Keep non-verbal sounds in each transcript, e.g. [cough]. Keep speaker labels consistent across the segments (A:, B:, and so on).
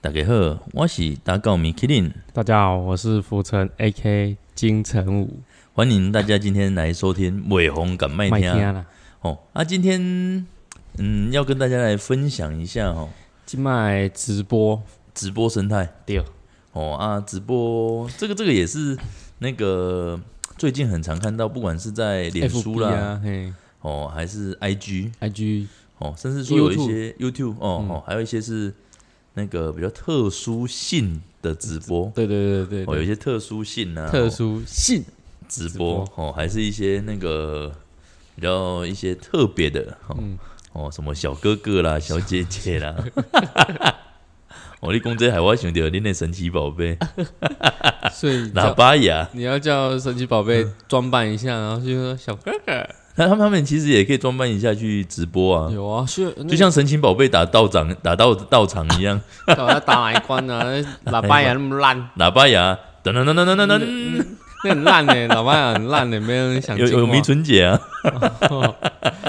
A: 大家好，我是打狗米克林，
B: 大家好，我是福成 A.K. 金城武，
A: 欢迎大家今天来收听《伟红敢麦
B: 麦
A: 哎听》
B: 天啦，
A: 哦。啊，今天嗯，要跟大家来分享一下哦，
B: 今麦直播
A: 直播生态
B: 对，
A: 哦啊，直播这个这个也是那个最近很常看到，不管是在脸书
B: FB
A: 啦、
B: 啊，嘿
A: 哦，还是 IG
B: ，IG
A: 哦，甚至说有一些 YouTube 哦、
B: 嗯
A: 哦，还有一些是那个比较特殊性的直播。
B: 对对对对
A: 哦，有一
B: 对，
A: 些特殊性啊，
B: 特
A: 哦
B: 殊性
A: 直播哦，还是一些那个比较一些特别的哦、哦，什么小哥哥啦、小姐姐 [laughs] 啦。哦，你讲这海外想到恁的神奇宝贝啊
B: 所以
A: 喇
B: 叫
A: 叭牙，
B: 你要叫神奇宝贝
A: 嗯
B: 装扮一下，然后就说小哥哥
A: 那他们他们其实也可以装扮一下去直播啊，
B: 有啊，是
A: 就像神奇宝贝打道场打到道场一 [laughs] 样，
B: 那个要打哪一
A: [laughs]
B: 关呢？那喇叭也那么烂，
A: 喇叭牙噔噔噔噔噔噔噔，
B: 那很烂呢，喇叭也很烂呢，没有人想
A: 有
B: 进
A: 有
B: 化
A: 迷春姐啊，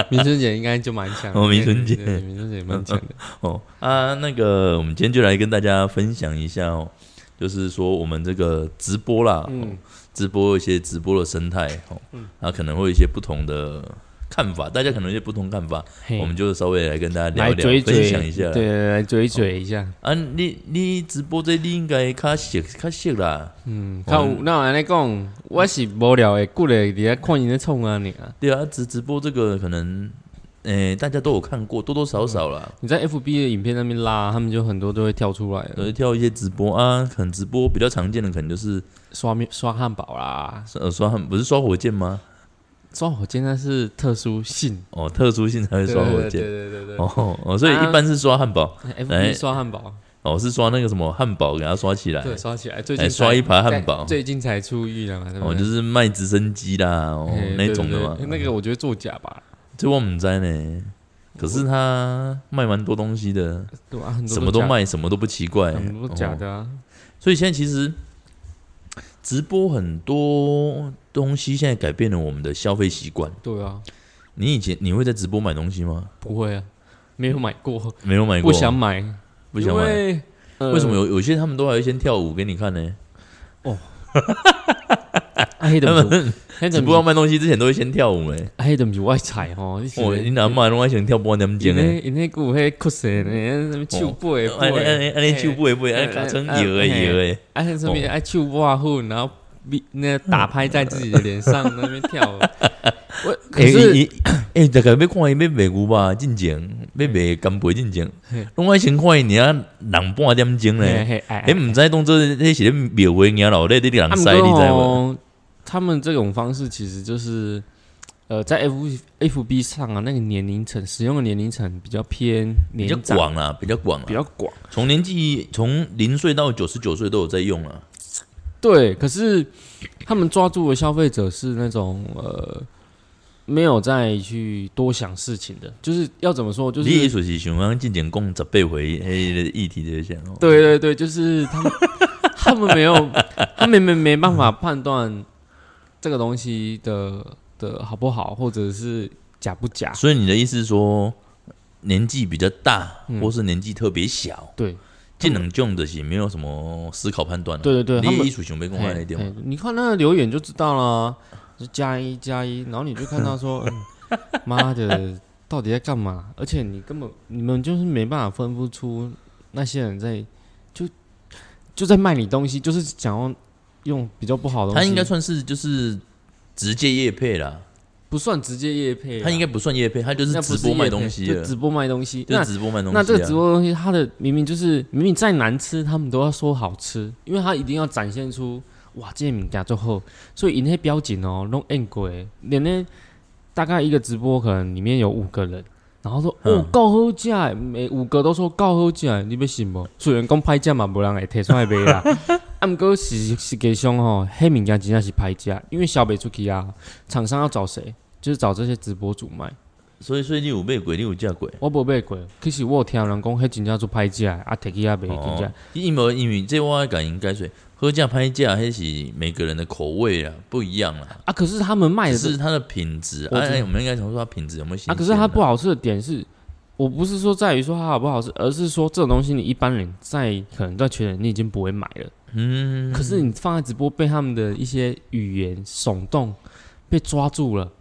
B: 明春姐应该就蛮强的，
A: 哦明春姐
B: 对对对明春姐蛮强的，
A: 哦啊，那个我们今天就来跟大家分享一下哦，就是说我们这个直播啦，哦
B: 嗯，
A: 直播一些直播的生态哦，啊，可能会有一些不同的看法，大家可能有一些不同看法，
B: 嘿
A: 我们就稍微来跟大家聊
B: 来
A: 一聊，
B: 嘴嘴
A: 分享一下啦。
B: 对对对，来嘴嘴一下。
A: 啊，你你直播这你应该较熟较熟啦，
B: 嗯，看那安尼讲，我是无聊的，顾咧伫遐看伊咧创啊你啊。
A: 对啊，直直播这个可能，诶、大家都有看过，多多少少啦，
B: 你在 FB 的影片那边拉，他们就很多都会跳出来了，
A: 有时跳一些直播啊，可能直播比较常见的可能就是
B: 刷面刷汉堡啦，
A: 呃刷不是刷火箭吗？
B: 刷火箭那是特殊性，
A: 哦，特殊性才会刷火
B: 对
A: 箭。
B: 对对对对
A: 哦哦，所以
B: 啊
A: 一般是刷汉堡，
B: 对
A: 哎
B: ，FB 刷汉堡，
A: 哦是刷那个什么汉堡给它刷起来，
B: 对，刷起来，最
A: 来
B: 近
A: 哎刷
B: 才
A: 一盘汉堡
B: 在。最近才出狱了嘛，对不
A: 哦，
B: 对？
A: 就是卖直升机啦，哦
B: 嘿
A: 那种的嘛
B: 对对。对那个我觉得作假吧，
A: 这我们在呢，可是他卖蛮多东西的，
B: 对吧？很多
A: 什么都
B: 假，
A: 卖，什么都不奇怪，
B: 很多假
A: 哦
B: 的啊，
A: 所以现在其实直播很多东西现在改变了我们的消费习惯。
B: 对啊，
A: 你以前你会在直播买东西吗？
B: 不会啊，没有买过，
A: 没有买过，
B: 不想买，
A: 不想买。
B: 因为，呃
A: 为什么有有些他们都还会先跳舞给你看呢？
B: 啊，
A: [laughs] 他
B: 迄著是，
A: 直
B: 迄著
A: 播
B: 是
A: 要，卖东西之前都会先跳舞哎。
B: 啊迄著毋是我的菜吼。你是
A: 哦，你哪买拢爱先跳半点
B: 因
A: 钟哎。
B: 迄因迄有迄曲线呢，什么手背
A: 安尼安
B: 背，
A: 尼安啊尼手不会不会，安尼卡成摇哎摇哎。
B: 啊，迄什么啊手挖混，然后比那打拍在自己的脸上，那边跳
A: [laughs]
B: 舞。我可
A: 诶，
B: 是
A: 伊诶，哎大概要看伊要卖牛吧，进前要卖干杯进前
B: 嘿，
A: 拢爱先看伊尔人半点钟
B: 嘿
A: 咧。
B: 嘿哎
A: 诶，毋知当做迄是咧庙会硬老咧，你人
B: 他
A: 使
B: 们
A: 你知无？
B: 吼，他们这种方式其实就是，呃，在 F F B 上啊，那个年龄层使用的年龄层比较偏
A: 比
B: 年
A: 较
B: 长，
A: 广啊啦，比较广
B: 比
A: 啦，
B: 较广。
A: 从年纪从零岁到九十九岁都有在用啊啦。
B: 对，可是他们抓住的消费者是那种呃，没有再去多想事情的，就是要怎么说，就
A: 你意
B: 是
A: 思是想讲进前讲十八回迄个议题就是想哦，
B: 对对对，就是他们他们没有，他们没没办法判断这个东西的的好不好，或者是假不假。
A: 所以你的意思是说年纪比较大，或是年纪特别小，
B: 嗯对
A: 这两种就是没有什么思考判断啦。
B: 对对对，他
A: 你
B: 们
A: 艺术想要讲安尼对
B: 嘿
A: 吗？
B: 嘿你看那个留言就知道了，就加一加一，然后你就看到
A: [laughs]
B: 说，嗯妈的，到底在干嘛？而且你根本你们就是没办法分不出那些人在就就在卖你东西，就是想要用比较不好的东
A: 他
B: 西，
A: 应该算是就是直接业配啦，
B: 不算直接业配啊、
A: 他应该不算业配，他就是
B: 那不
A: 直
B: 是
A: 播卖
B: 业配
A: 东西
B: 就
A: 的，
B: 直播卖东西。
A: 就
B: 那
A: 是直播卖东西啊。
B: 那这个直播东西，它的明明就是明明再难吃，他们都要说好吃，因为它一定要展现出哇，这物件最好，所以因迄标准哦，拢按过的，连那大概一个直播可能里面有五个人，然后说
A: 嗯
B: 哦够好食的，每五个都说够好食的，你要信无？虽然讲歹食嘛，无人会提出来卖
A: [laughs]
B: 啦，啊，毋过实实际上吼，迄物件真正是歹食，因为销袂出去啊，厂商要找谁？就是找这些直播主卖。
A: 所以所以你有卖鬼，你有价鬼。
B: 我无买过，其实我有听人讲，迄真正做歹食，啊，摕去遐卖真正
A: 哦，因为因为这我要感应该水，喝价拍价还是每个人的口味啊不一样啦，
B: 啊，可是他们卖
A: 只
B: 的是
A: 是它的品质。
B: 我知道
A: 哎，我们应该想说它品质有没有新鲜
B: 啊，
A: 啊？
B: 可是它不好吃的点是，我不是说在于说它好不好吃，而是说这种东西你一般人在可能在群人你已经不会买了，
A: 嗯，
B: 可是你放在直播被他们的一些语言耸动，被抓住了。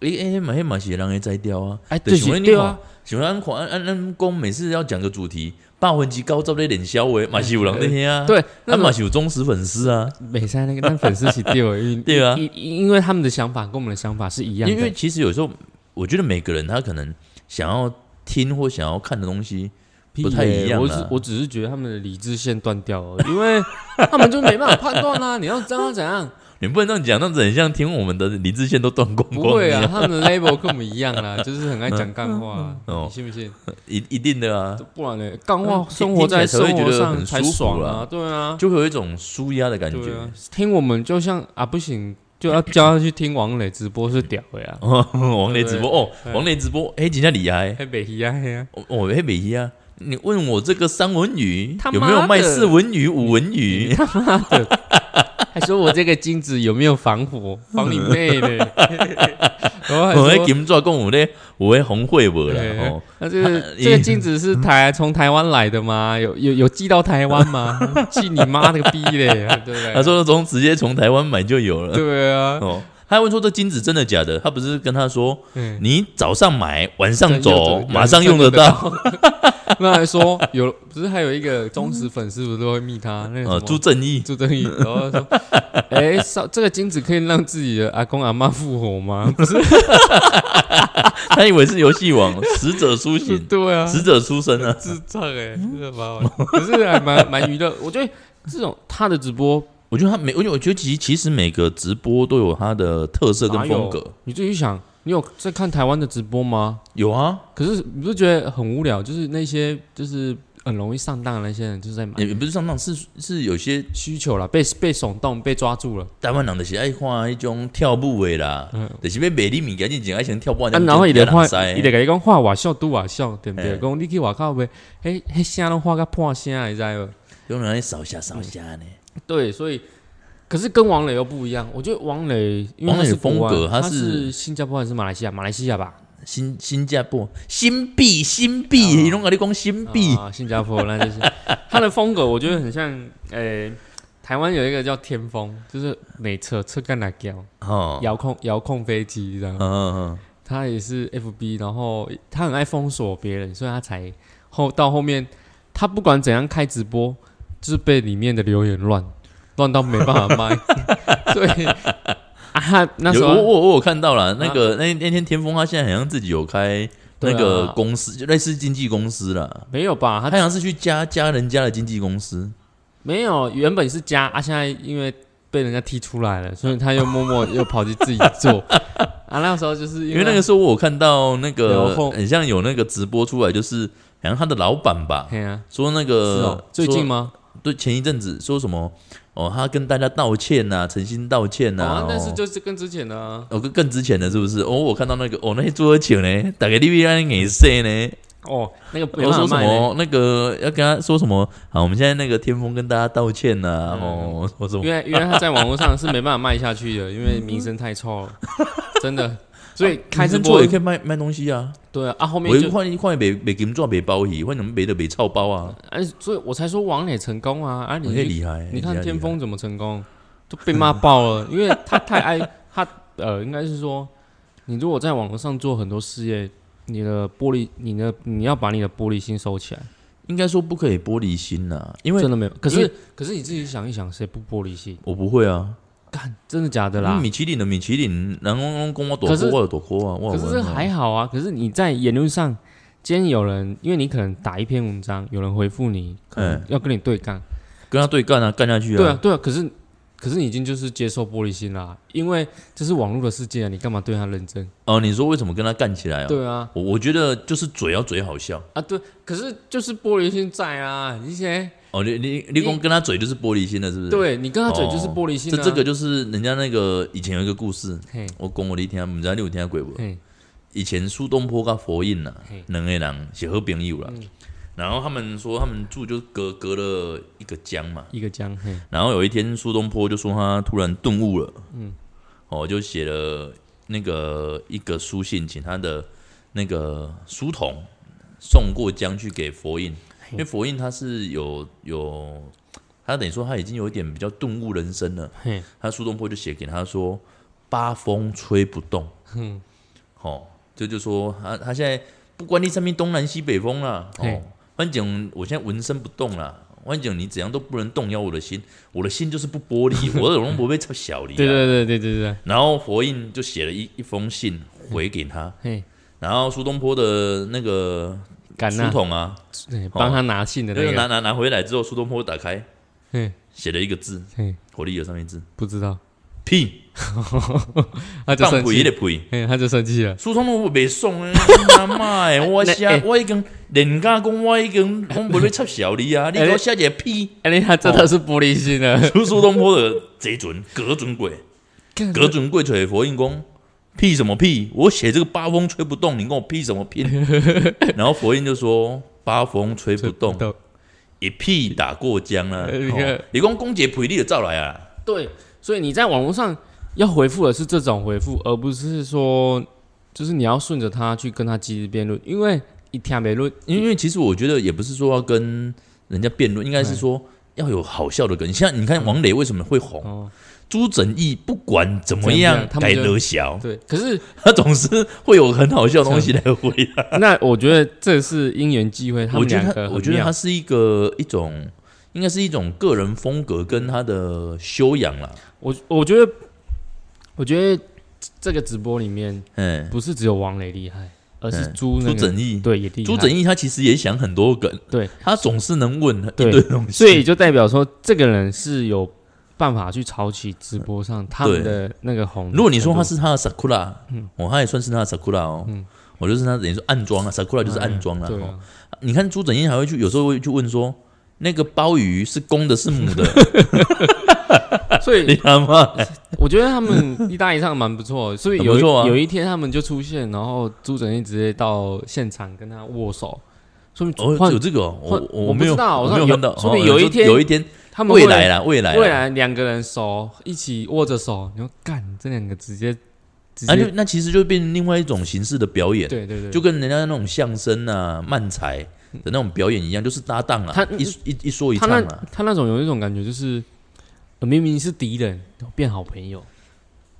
A: 诶诶，嘛迄嘛是人会摘掉啊。
B: 哎，
A: 就
B: 对
A: 想要
B: 是，
A: 你
B: 对
A: 看，，
B: 啊
A: 想要咱看咱咱咱讲每次要讲个主题，百分之九十咧连销诶，嘛是有人在听啊，，
B: 对，那
A: 啊嘛
B: 么
A: 是有忠实粉丝啊，
B: 美山那个那粉丝是对了，因为
A: [laughs] 对啊
B: 因因因为他们的想法跟我们的想法是一样
A: 因为因为
B: 的，
A: 其实有时候我觉得每个人他可能想要听或想要看的东西，不太一样啊
B: 我只我只是觉得他们的理智线断掉了，因为他们就没办法判断啦、你要这样怎
A: [laughs]
B: 样？
A: 你不能这样讲，那样子很像听我们的理智线都断光
B: 不
A: 光一
B: 会啊，
A: 样，
B: 他们的
A: [laughs]
B: label 跟我们一样啦，就是很爱讲干话啊、
A: 哦
B: 你信不信？
A: 一一定的啊，
B: 不然呢，干话
A: 嗯
B: 生活在
A: 听起来才
B: 生
A: 会觉
B: 活
A: 得
B: 上
A: 很
B: 才
A: 舒服
B: 爽
A: 啦
B: 啊，对啊，
A: 就会有一种舒压的感
B: 对
A: 觉
B: 啊。，听我们就像啊不行，就要叫他去听王磊直播是屌的呀、啊，
A: [laughs] 哦，王磊直播哦，
B: 对
A: 王磊直播，哎，真的厉害，
B: 还北西啊嘿啊，
A: 我我黑美仪啊，你问我这个三文鱼
B: 他
A: 有
B: 妈
A: 没有卖
B: 的
A: 四文鱼、五文鱼？
B: [laughs] 还说我这个金子有没有防火？防你妹
A: [laughs]
B: 的！然后还
A: 我迄
B: 说，哎
A: 金纸讲
B: [laughs]
A: 有咧，有咧红会无啦
B: 对
A: 吼，
B: 那这个 [laughs] 这个金子是台从台湾来的
A: 嗯
B: 吗？有有有寄到台湾吗？ [laughs] 寄你妈那个逼
A: [laughs]
B: 嘞，对不对？
A: 他说从直接从台湾买就有了
B: 对啊，
A: 哦。他还问说这金子真的假的？他不是跟他说
B: 嗯，
A: 你早上买，晚上
B: 真
A: 走
B: 哎有，
A: 马上用得到。。
B: [laughs] 那还说有，不是还有一个忠实粉丝，不是都会密
A: [laughs]
B: 他那个
A: 呃，
B: 什么
A: 朱正义，[laughs]
B: 朱正义，然后说，哎，烧这个金子可以让自己的阿公阿妈复活
A: [laughs]
B: 吗？不是，
A: 他以为是游戏王死者苏醒，
B: [laughs] 对啊，
A: 死者出生啊。
B: 智障哎、欸，真的蛮好笑，可是还蛮蛮娱乐。我觉得这种他的直播，
A: 我觉得他每，我觉得我觉得其其实每个直播都有它的特色跟
B: 哪有
A: 风格。
B: 你自己想，你有在看台湾的直播吗？
A: 有啊，
B: 可是你不觉得很无聊？就是那些就是很容易上当的那些人，就是在买
A: 也也不是上当，是是有些
B: 需求啦，被被耸动，被抓住了，
A: 台湾人就是爱看迄种跳舞的啦，就是要卖你物件，真正爱先跳舞。
B: 啊，然后伊就
A: 就
B: 画
A: 人知道，
B: 伊就甲你讲画外笑拄外笑，对不对？
A: 嘿
B: 讲你去外口买，迄迄声拢画个破声，你知无？
A: 有人在扫下扫下呢。
B: 对，所以可是跟王磊又不一样。我觉得王磊因为
A: 王
B: 他
A: 磊
B: 是
A: 的风
B: 国外
A: 格他
B: 他
A: 是
B: 新加坡还是马来西亚？马来西亚吧。
A: 新新加坡新币新币，伊拢甲你讲新币，
B: 啊，新加坡那就是它的风格，我觉得很像诶、台湾有一个叫天风，就是内测测干来叫
A: 吼，
B: 遥控遥控飞机这样
A: 嗯，嗯
B: 他也是 FB，然后他很爱封锁别人，所以他才后到后面，他不管怎样开直播，就是被里面的留言乱乱到没办法 [laughs] 卖，对啊，他那
A: 嗯，
B: 时
A: 有我
B: 候
A: 我我有看到了那个那那天天风，他现在好像自己有开
B: 对
A: 那
B: 啊
A: 个公司，就类似经纪公司啦，
B: 没有吧？
A: 他
B: 他
A: 好像是去加加人家的经纪公司，
B: 没有，原本是加啊，现在因为被人家踢出来了，所以他又
A: [laughs]
B: 默默又跑去自己做啊。那时候就是
A: 因
B: 因
A: 为
B: 为
A: 那个时候我有看到那
B: 有后
A: 个很像有那个直播出来，就是好像他的老板吧，
B: 嘿啊，
A: 说那
B: 是
A: 个
B: 哦，最近
A: 说
B: 吗？
A: 对前一阵子说什么哦，他跟大家道歉呐，诚心道歉呐，
B: 啊
A: 哦，
B: 但是就是跟之前的啊，
A: 哦，更更值钱的是不是？哦，我看到那个哦，那些桌球呢，打给 D V I 给谁呢？
B: 哦，那个没
A: 我说什
B: 办法卖嘞，
A: 么那个要跟他说什么？好，我们现在那个天风跟大家道歉呐、
B: 嗯
A: 哦，说什么
B: 因？为因为他在网络上是没办法卖下去的，因为名声太臭了，真
A: [laughs]
B: 的。所
A: 哦
B: 以开直
A: 直
B: 播
A: 也可以卖卖东西啊，
B: 对啊，啊后面
A: 我一
B: 就
A: 换一换北北金抓北包鱼，换什么北的北臭包啊？
B: 哎，所以我才说王磊成功啊！啊，
A: 你
B: 你
A: 可以
B: 去
A: 厉害，
B: 你
A: 很厉
B: 看
A: 害
B: 天，风怎么成
A: [laughs]
B: 功，都被骂爆了，因为他太爱他呃，应该是说，你如果在网络上做很多事业，你的玻璃，你的你要把你的玻璃心收起来，
A: 应该说不可以玻璃心呐、因为
B: 真的没有。可
A: 因
B: 是
A: 为
B: 可是你自己想一想，谁不玻璃心？
A: 我不会啊，
B: 真的假的
A: 因为
B: 啦？
A: 嗯米其林的米其林，然后跟我躲
B: 可是
A: 过，我有躲过啊，我
B: 可
A: 有
B: 是
A: 玩
B: 这
A: 啊
B: 还好啊。可是你在言论上，今天有人，因为你可能打一篇文章，有人回复你，可能
A: 嗯
B: 要跟你对干，
A: 跟他对干啊，干下去
B: 对啊，对啊，可是可是你已经就是接受玻璃心啦、因为这是网络的世界、啊，你干嘛对他认真？
A: 哦、你说为什么跟他干起来啊？
B: 对啊，
A: 我我觉得就是嘴要嘴好笑
B: 啊对，可是就是玻璃心在啊，一些
A: 哦，你你你光跟他嘴就是玻璃心了，是不是？，
B: 对你跟他嘴就是玻璃心、啊
A: 哦这这个就是人家那个以前有一个故事，
B: 嘿
A: 我讲我你听，唔知道你有听过无？
B: 嘿
A: 以前苏东坡跟佛印呐、啊
B: 嘿，嗯
A: 两个人是好朋友啦。然后他们说他们住就隔隔了一个江嘛，
B: 一个江嘿
A: 然后有一天苏东坡就说他突然顿悟了，嗯，哦，就写了那个一个书信，请他的那个书童送过江去给佛印，因为佛印他是有有，他等于说他已经有一点比较顿悟人生了。
B: 嘿，
A: 他苏东坡就写给他说：“八风吹不动。”
B: 嗯
A: 哦，这就说啊他他现在不管你上面东南西北风啦，哦
B: 嘿，
A: 反正我现在纹身不动啦，反正你怎样都不能动摇我的心，我的心就是不玻
B: [laughs]
A: 璃，我的容不被插小离、啊。
B: 对对对对对对，
A: 然后佛印就写了一一封信回给他，
B: 嘿，
A: 然后苏东坡的那个
B: 敢
A: 书
B: 呐，
A: 筒啊，
B: 嘿帮他拿信的
A: 那
B: 嗯那
A: 个拿
B: 个，
A: 拿拿回来之后，苏东坡打开
B: 嘿，
A: 写了一个字，
B: 嘿，
A: 火力有上面字
B: 不知道，
A: 屁，
B: 他就
A: 放
B: 生
A: 屁
B: 气
A: 的
B: 了，
A: 屁。
B: 嘿，他就生气了，
A: 苏东坡袂爽诶，阿哎妈 [laughs] 诶，我写
B: 那欸
A: 我已经人家讲我已经我袂要插小你 [laughs] 啊，你给我写一个屁。
B: 哎，你他真的是玻璃心了，
A: 苏苏东坡的贼准，隔准 [laughs] 鬼，
B: 干
A: 隔准鬼吹佛印功，屁什么屁？我写这个八风吹不动，你跟我屁什么 [laughs] 屁？然后佛印就说八风吹不动，
B: 动，
A: 一屁打过江啊！
B: 呃你看
A: 哦 [laughs] 你讲公姐赔你就照来啊！
B: 对，所以你在网络上要回复的是这种回复，而不是说就是你要顺着他去跟他激烈辩论，因为一天没论，
A: 因为因为其实我觉得也不是说要跟人家辩论，应该是说要有好笑的梗。像你看王磊为什么会红
B: 哦，
A: 朱正义不管怎么
B: 怎么
A: 样
B: 样他
A: 该
B: 们就
A: 得小，
B: 对，可是
A: 他总是会有很好笑的东西来回答。
B: 那我觉得这是因缘际会，他
A: 我
B: 们
A: 觉
B: 两
A: 得
B: 个
A: 他，
B: 很
A: 我觉得
B: 妙
A: 他是一个一种，应该是一种个人风格跟他的修养啦。
B: 我我觉得，我觉得这个直播里面
A: 嗯，
B: 不是只有王磊厉害，而是
A: 嗯
B: 朱那
A: 朱
B: 个
A: 正义，
B: 对也厉害，
A: 朱正义他其实也想很多梗，
B: 对
A: 他总是能问一
B: 对
A: 堆东西，
B: 所以就代表说这个人是有办法去炒起直播上他们的那个红。
A: 嗯如果你说他，是他的 sakura，哦，
B: 嗯
A: 他也算是他的 sakura 哦，我就是他等于说暗装啊，sakura 就是暗装啦、
B: 对
A: 哦
B: 啊，
A: 你看朱正英还会去，有时候会去问说，那个鲍鱼是公的，是母
B: [laughs]
A: 的？
B: 所
A: 你
B: 以
A: 他妈！
B: [laughs] 我觉得他们一搭一唱蛮不错的，所以
A: [laughs] 很
B: 有
A: 不错啊
B: 一有一天他们就出现，然后朱正义直接到现场跟他握手，说明
A: 哦，有这个哦，我
B: 换
A: 我
B: 我不
A: 没有，
B: 知道
A: 我
B: 我
A: 没有
B: 说有
A: 看到。
B: 说不定
A: 哦
B: 有一
A: 说
B: 天
A: 有一天，
B: 他们
A: 未来啦，未来啦，
B: 未来两个人手一起握着手，你说干这两个直接直接、
A: 啊，就那其实就变成另外一种形式的表演，
B: 对对对，
A: 就跟人家那种相声啊、漫才的那种表演一样，就是搭档
B: 他
A: 啊，一一一说一
B: 他
A: 唱
B: 那
A: 啊。
B: 他那种有一种感觉，就是呃明明是敌人，然后变好朋友，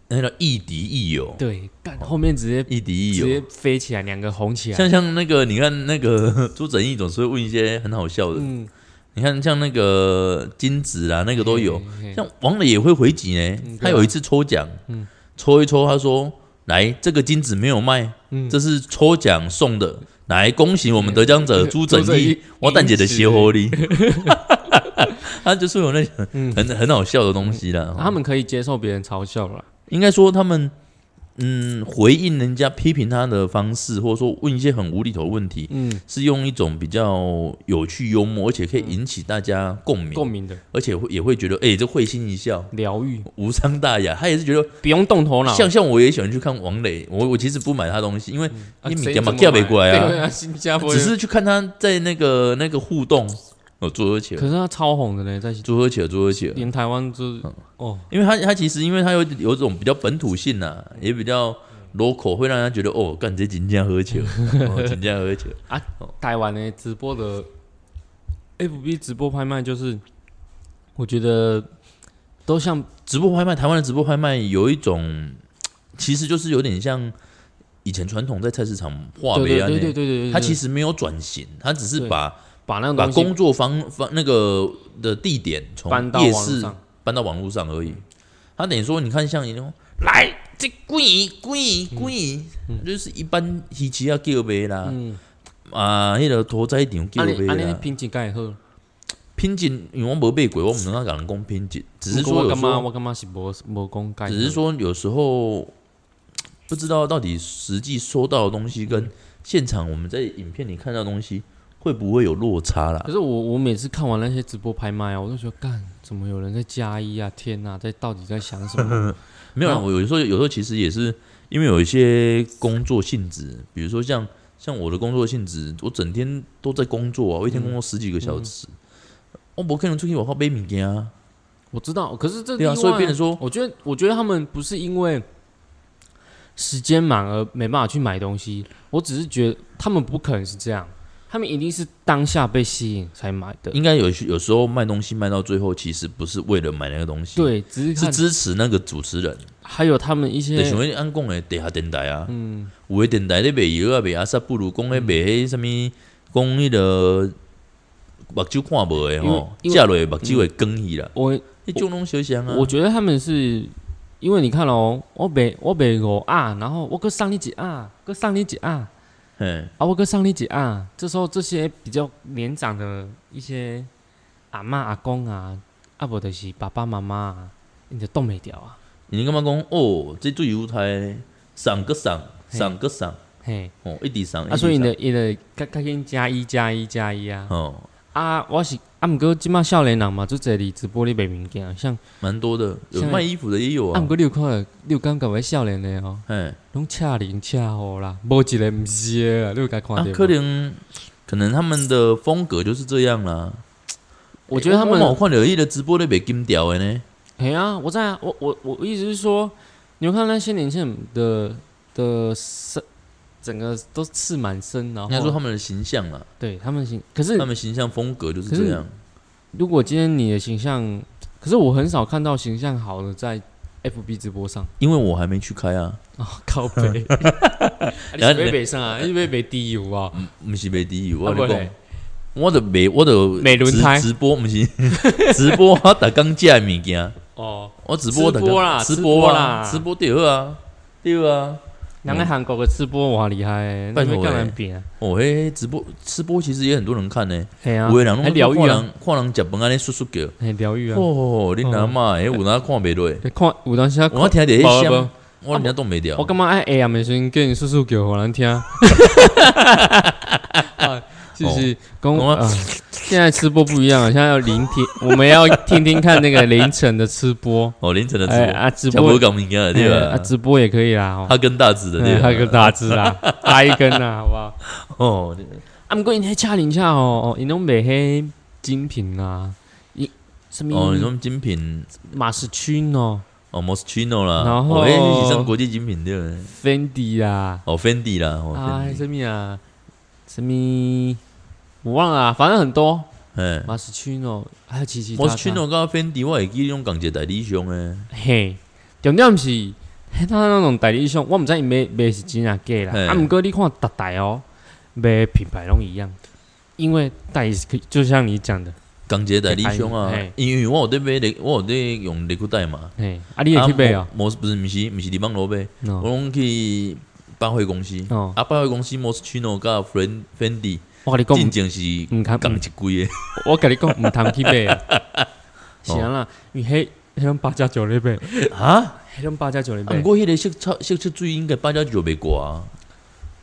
A: 那叫亦敌亦友，
B: 对，干后面直接
A: 亦敌亦
B: 直
A: 友，
B: 接飞起来，两个红起来，
A: 像像那个，你看那个 [laughs] 朱正义总是会问一些很好笑的，
B: 嗯，
A: 你看像那个金子啦，那个都有
B: 嘿，，嘿
A: 像王磊也会回击呢。
B: 嗯嗯对啊嗯
A: 他有一次抽奖，抽一抽，他说：“来，这个金子没有卖，
B: 嗯
A: 这是抽奖送的，来恭喜我们得奖者
B: 嗯
A: 朱正
B: 朱正
A: 义
B: 义，
A: 我蛋姐的
B: 赢死
A: 邪活力。” [laughs] 他就是有那种
B: 嗯
A: 很很好笑的东西啦。
B: 他们可以接受别人嘲笑了，
A: 应该说他们嗯回应人家批评他的方式，或者说问一些很无厘头的问题，
B: 嗯，
A: 是用一种比较有趣幽默，而且可以引起大家共鸣，
B: 共鸣的
A: 而且会也会觉得哎、这会心一笑，
B: 疗愈，
A: 无伤大雅。他也是觉得
B: 不用动头脑，
A: 像像我也喜欢去看王磊，我我其实不买他东西，因为
B: 啊
A: 你
B: 谁
A: 干嘛
B: 怎么买
A: 叫不过来啊
B: 对啊，新加坡
A: 只是去看他在那个那个互动，哦，朱和
B: 人，
A: 且
B: 可是他超红的呢，在
A: 朱和且朱和且，
B: 连台湾就是
A: 嗯
B: 哦，
A: 因为他他其实因为他有有一种比较本土性呐、也比较
B: 嗯
A: local，会让人家觉得哦，干这金价喝酒，哦，金价喝酒，
B: 台湾的直播的 FB 直播拍卖，就是我觉得都像
A: 直播拍卖，台湾的直播拍卖有一种，其实就是有点像以前传统在菜市场画
B: 对
A: 眉
B: 对
A: 啊
B: 对对对
A: 那，
B: 对对，
A: 他其
B: 实
A: 实没有转型，他只是
B: 对
A: 把
B: 把那个
A: 把
B: 东西
A: 工作方方那个的地点从
B: 搬到
A: 夜
B: 网络
A: 市
B: 上，嗯
A: 搬到网络上而已。他等于说，你看像你种来这贵贵贵，就是一般鱼市啊叫卖啦，
B: 嗯，啊
A: 啊，迄个屠宰场叫
B: 安尼
A: 卖
B: 安尼
A: 啦。
B: 品质该好，
A: 品质，因为我无买过，我毋能甲人讲品质，只是说
B: 我
A: 有
B: 干
A: 时
B: 嘛
A: 候，
B: 我干嘛是无无讲该，
A: 只是说有时候不知道到底实际收到的东西跟现场我们在影片里看到的东西会不会有落差啦
B: 啊可？是我我每次看完那些直播拍卖啊，我就觉得干，怎么有人在加一啊？天哪，在到底在想什么？
A: 没有啦，
B: 那
A: 我有时候有时候其实也是因为有一些工作性质，比如说像像我的工作性质，我整天都在工作啊，我一天工作十几个小时，我不可能出去外口买物件啊，
B: 我知道，可是这
A: 对啊，
B: 另外
A: 所以变成说
B: 我觉得，我觉得他们不是因为时间满而没办法去买东西，我只是觉得他们不可能是这样。他们一定是当下被吸引才买的。
A: 应该有有时候卖东西卖到最后，其实不是为了买那个东西，，
B: 对，只是
A: 是
B: 看
A: 支持那个主持人。
B: 还有他们一些
A: 就想要按讲的地下电台啊，嗯，有的电台咧卖药啊，卖阿萨布鲁，讲咧卖迄什物，讲迄个目睭看无的
B: 因为
A: 吼，
B: 因为
A: 食落目睭会光去啦，
B: 我
A: 迄种拢小香啊，
B: 我觉得他们是，因为你看哦，我卖我卖五啊，然后我搁上你几啊，搁上你几啊，
A: 嘿，
B: 啊我搁上你几啊。这时候这些比较年长的一些阿嬷阿公啊，啊无就是爸爸妈妈啊，你就冻袂掉啊。
A: 你感觉讲哦，这对犹太的送个送，送个送，
B: 嘿，
A: 哦，一直送，一
B: 啊
A: 直
B: 所以
A: 送
B: 呢，伊就赶赶紧加一加一加一啊。
A: 哦，
B: 啊，我是啊，毋过即马少年人嘛，就坐伫直播里卖物件，像
A: 蛮多的，有
B: 像
A: 卖衣服的也有
B: 啊，毋
A: 啊，
B: 过你有看到，你有感觉为少年的哦，
A: 嘿，
B: 拢赤零赤好啦，无一个毋是的啦，你有甲看
A: 啊
B: 到，
A: 可
B: 无？
A: 能可能他们的风格就是这样啦，
B: 我觉得他们
A: 我，我看了伊的直播咧卖金条的呢，
B: 哎呀，我在啊，我我我意思是说，你有看那些年轻人的的身，整个都刺满身，然
A: 应该说
B: 后
A: 他们的形象啦。
B: 对他们形，可是
A: 他们形象风格就是这样。
B: 如果今天你的形象，可是我很少看到形象好的在 FB 直播上 [laughs]
A: 因为我还没去开啊，
B: 啊，靠
A: [laughs]
B: 背，啊你
A: 然后
B: 是
A: 你
B: 北北上啊，你是北北低油啊，
A: 不是卖第一，我
B: 啊
A: 跟
B: 不
A: 你
B: 然
A: 讲，我的卖我的
B: 卖轮胎
A: 直直播不是 [laughs] 直播，我打刚借物件，
B: 哦，
A: 我直播
B: 直播啦
A: 直播啊
B: 直播啦
A: 直播对啊，对啊，
B: 人家韩国的直播哇厉害欸，那
A: 拜
B: 边
A: 托
B: 干
A: 欸
B: 嘛变啊？
A: 哦嘿，直播直播其实也很多人看呢，
B: 嘿啊
A: 有的人
B: 还
A: 拢
B: 疗愈啊，，
A: 看人食饭安尼说说叫，
B: 很疗愈啊。
A: 哦，你阿妈诶，有哪看袂落？
B: 看有当时啊，
A: 我听到
B: 无
A: 迄
B: 无
A: 声，我人家冻袂掉
B: 我，感觉爱 A 啊 M 的时阵，叫你叔叔叫互人
A: [laughs]
B: 听，啊是不是？讲
A: 讲啊
B: 啊，现在吃播不一样了，现在要聆听，我们要听听看那个凌晨的吃播，
A: [laughs] 哦，凌晨的
B: 哎
A: 直
B: 啊，直
A: 播，吃无
B: 播
A: 讲物件对
B: 哎啊，
A: 吧？
B: 直播也可以啦，哦
A: 他跟大致的对
B: 哎
A: 吧？[laughs]
B: 还有个大字啦，打一根啦，好不好？
A: 哦，
B: 啊，毋过因迄恰零恰哦，哦，因拢卖迄精品啦，伊什
A: 哦，
B: 么
A: 你说精品
B: 马仕裙哦
A: 哦，Moschino 啦，
B: 然后
A: 哦，哎，上国际精品对不对？
B: ，Fendi 啦，
A: 哦，Fendi 啦，哦
B: 啊，
A: ，Fendi，
B: 什么啊，什么，我忘了啊，反正很多。
A: 哎
B: 马斯屈诺，还有奇奇叉叉
A: ，Moschino 跟 Fendi 我会记用港姐代理商诶，
B: 嘿，重点是，嘿他那种代理商，我毋知伊卖卖是真啊假
A: 嘿
B: 啦，啊，毋过你看逐代哦，卖的品牌拢一样，因为代是可以就像你讲的，
A: 港姐代理商啊
B: 哎，
A: 因为我有在买内，我有在用内裤带嘛，
B: 嘿，啊，你也去卖哦，
A: 摩不是不是不是伫网络买，啊我
B: 哦
A: 拢去百货公司，
B: 哦，
A: 啊，百货公司 Moschino 跟 Fen- Fendi
B: 我甲你
A: 进
B: 讲，
A: 前是
B: 毋通，
A: 港
B: 唔
A: 一贵诶，
B: 我甲你讲，毋通去
A: [laughs]
B: 卖啊，是啊啦，因为迄迄种八加九咧卖，
A: 啊，
B: 迄种八加九咧
A: 啊不
B: 卖，
A: 过迄个色差色差最应该八加九袂过啊，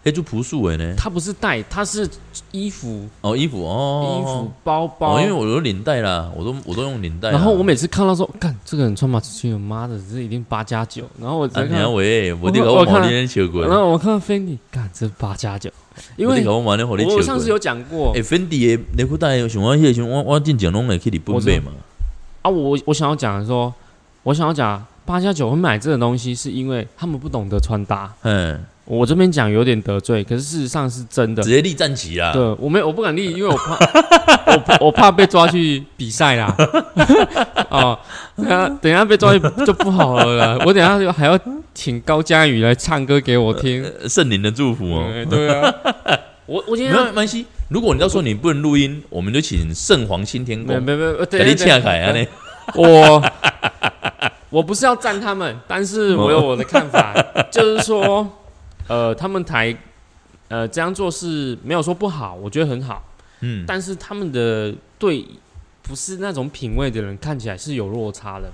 A: 迄就朴素诶呢，
B: 它不是带，它是衣服、
A: 哦，衣服哦，
B: 衣服、包包
A: 哦，因为，我有领带啦，我都我都用领带啊啦。
B: 然后我每次看到说，干这个人穿马刺裙，妈的，这一定八加九。然后我只
A: 啊，
B: 看
A: 你啊
B: 到，
A: 喂，我
B: 我
A: 得
B: 看
A: 搞
B: 我
A: 毛
B: 看
A: 你人笑过，
B: 然后我看到 Fendi，干这八加九，因
A: 我得
B: 为
A: 搞毛你好你笑
B: 我上次有
A: 过。
B: 讲过
A: 哎，Fendi 的内裤带，想我迄个时候，我我进前拢会去日本
B: 我知道
A: 买嘛。
B: 啊，我我想要讲的说，我想要讲八加九会买这个东西，是因为他们不懂得穿搭。
A: 嗯，
B: 我这边讲有点得罪，可是事实上是真的
A: 直。接立战旗啊啦。
B: 对，我没有我不敢立，因为我怕 [laughs] 我怕我怕被抓去比赛啦。 [laughs] 哦，等下等下被抓去 [laughs] 就不好了啦，我等下就还要请高佳宇来唱歌给我听。
A: 呃圣灵的祝福哦。
B: 对对啊，我我今
A: 没
B: 天
A: 有没关系，如果你到时候你不能录音，我们就请圣皇新天
B: 没
A: 宫
B: 没没，
A: 给
B: 对
A: 你
B: 对
A: 洽
B: 对，
A: 凯啊呢。
B: [laughs]
A: [laughs]
B: 我我不是要赞他们，但
A: 嗯
B: 是我有我的看法， [laughs] 就是说，呃，他们台呃这样做是没有说不好，我觉得很好，
A: 嗯，
B: 但是他们的对不是那种品味的人看起来是有落差的。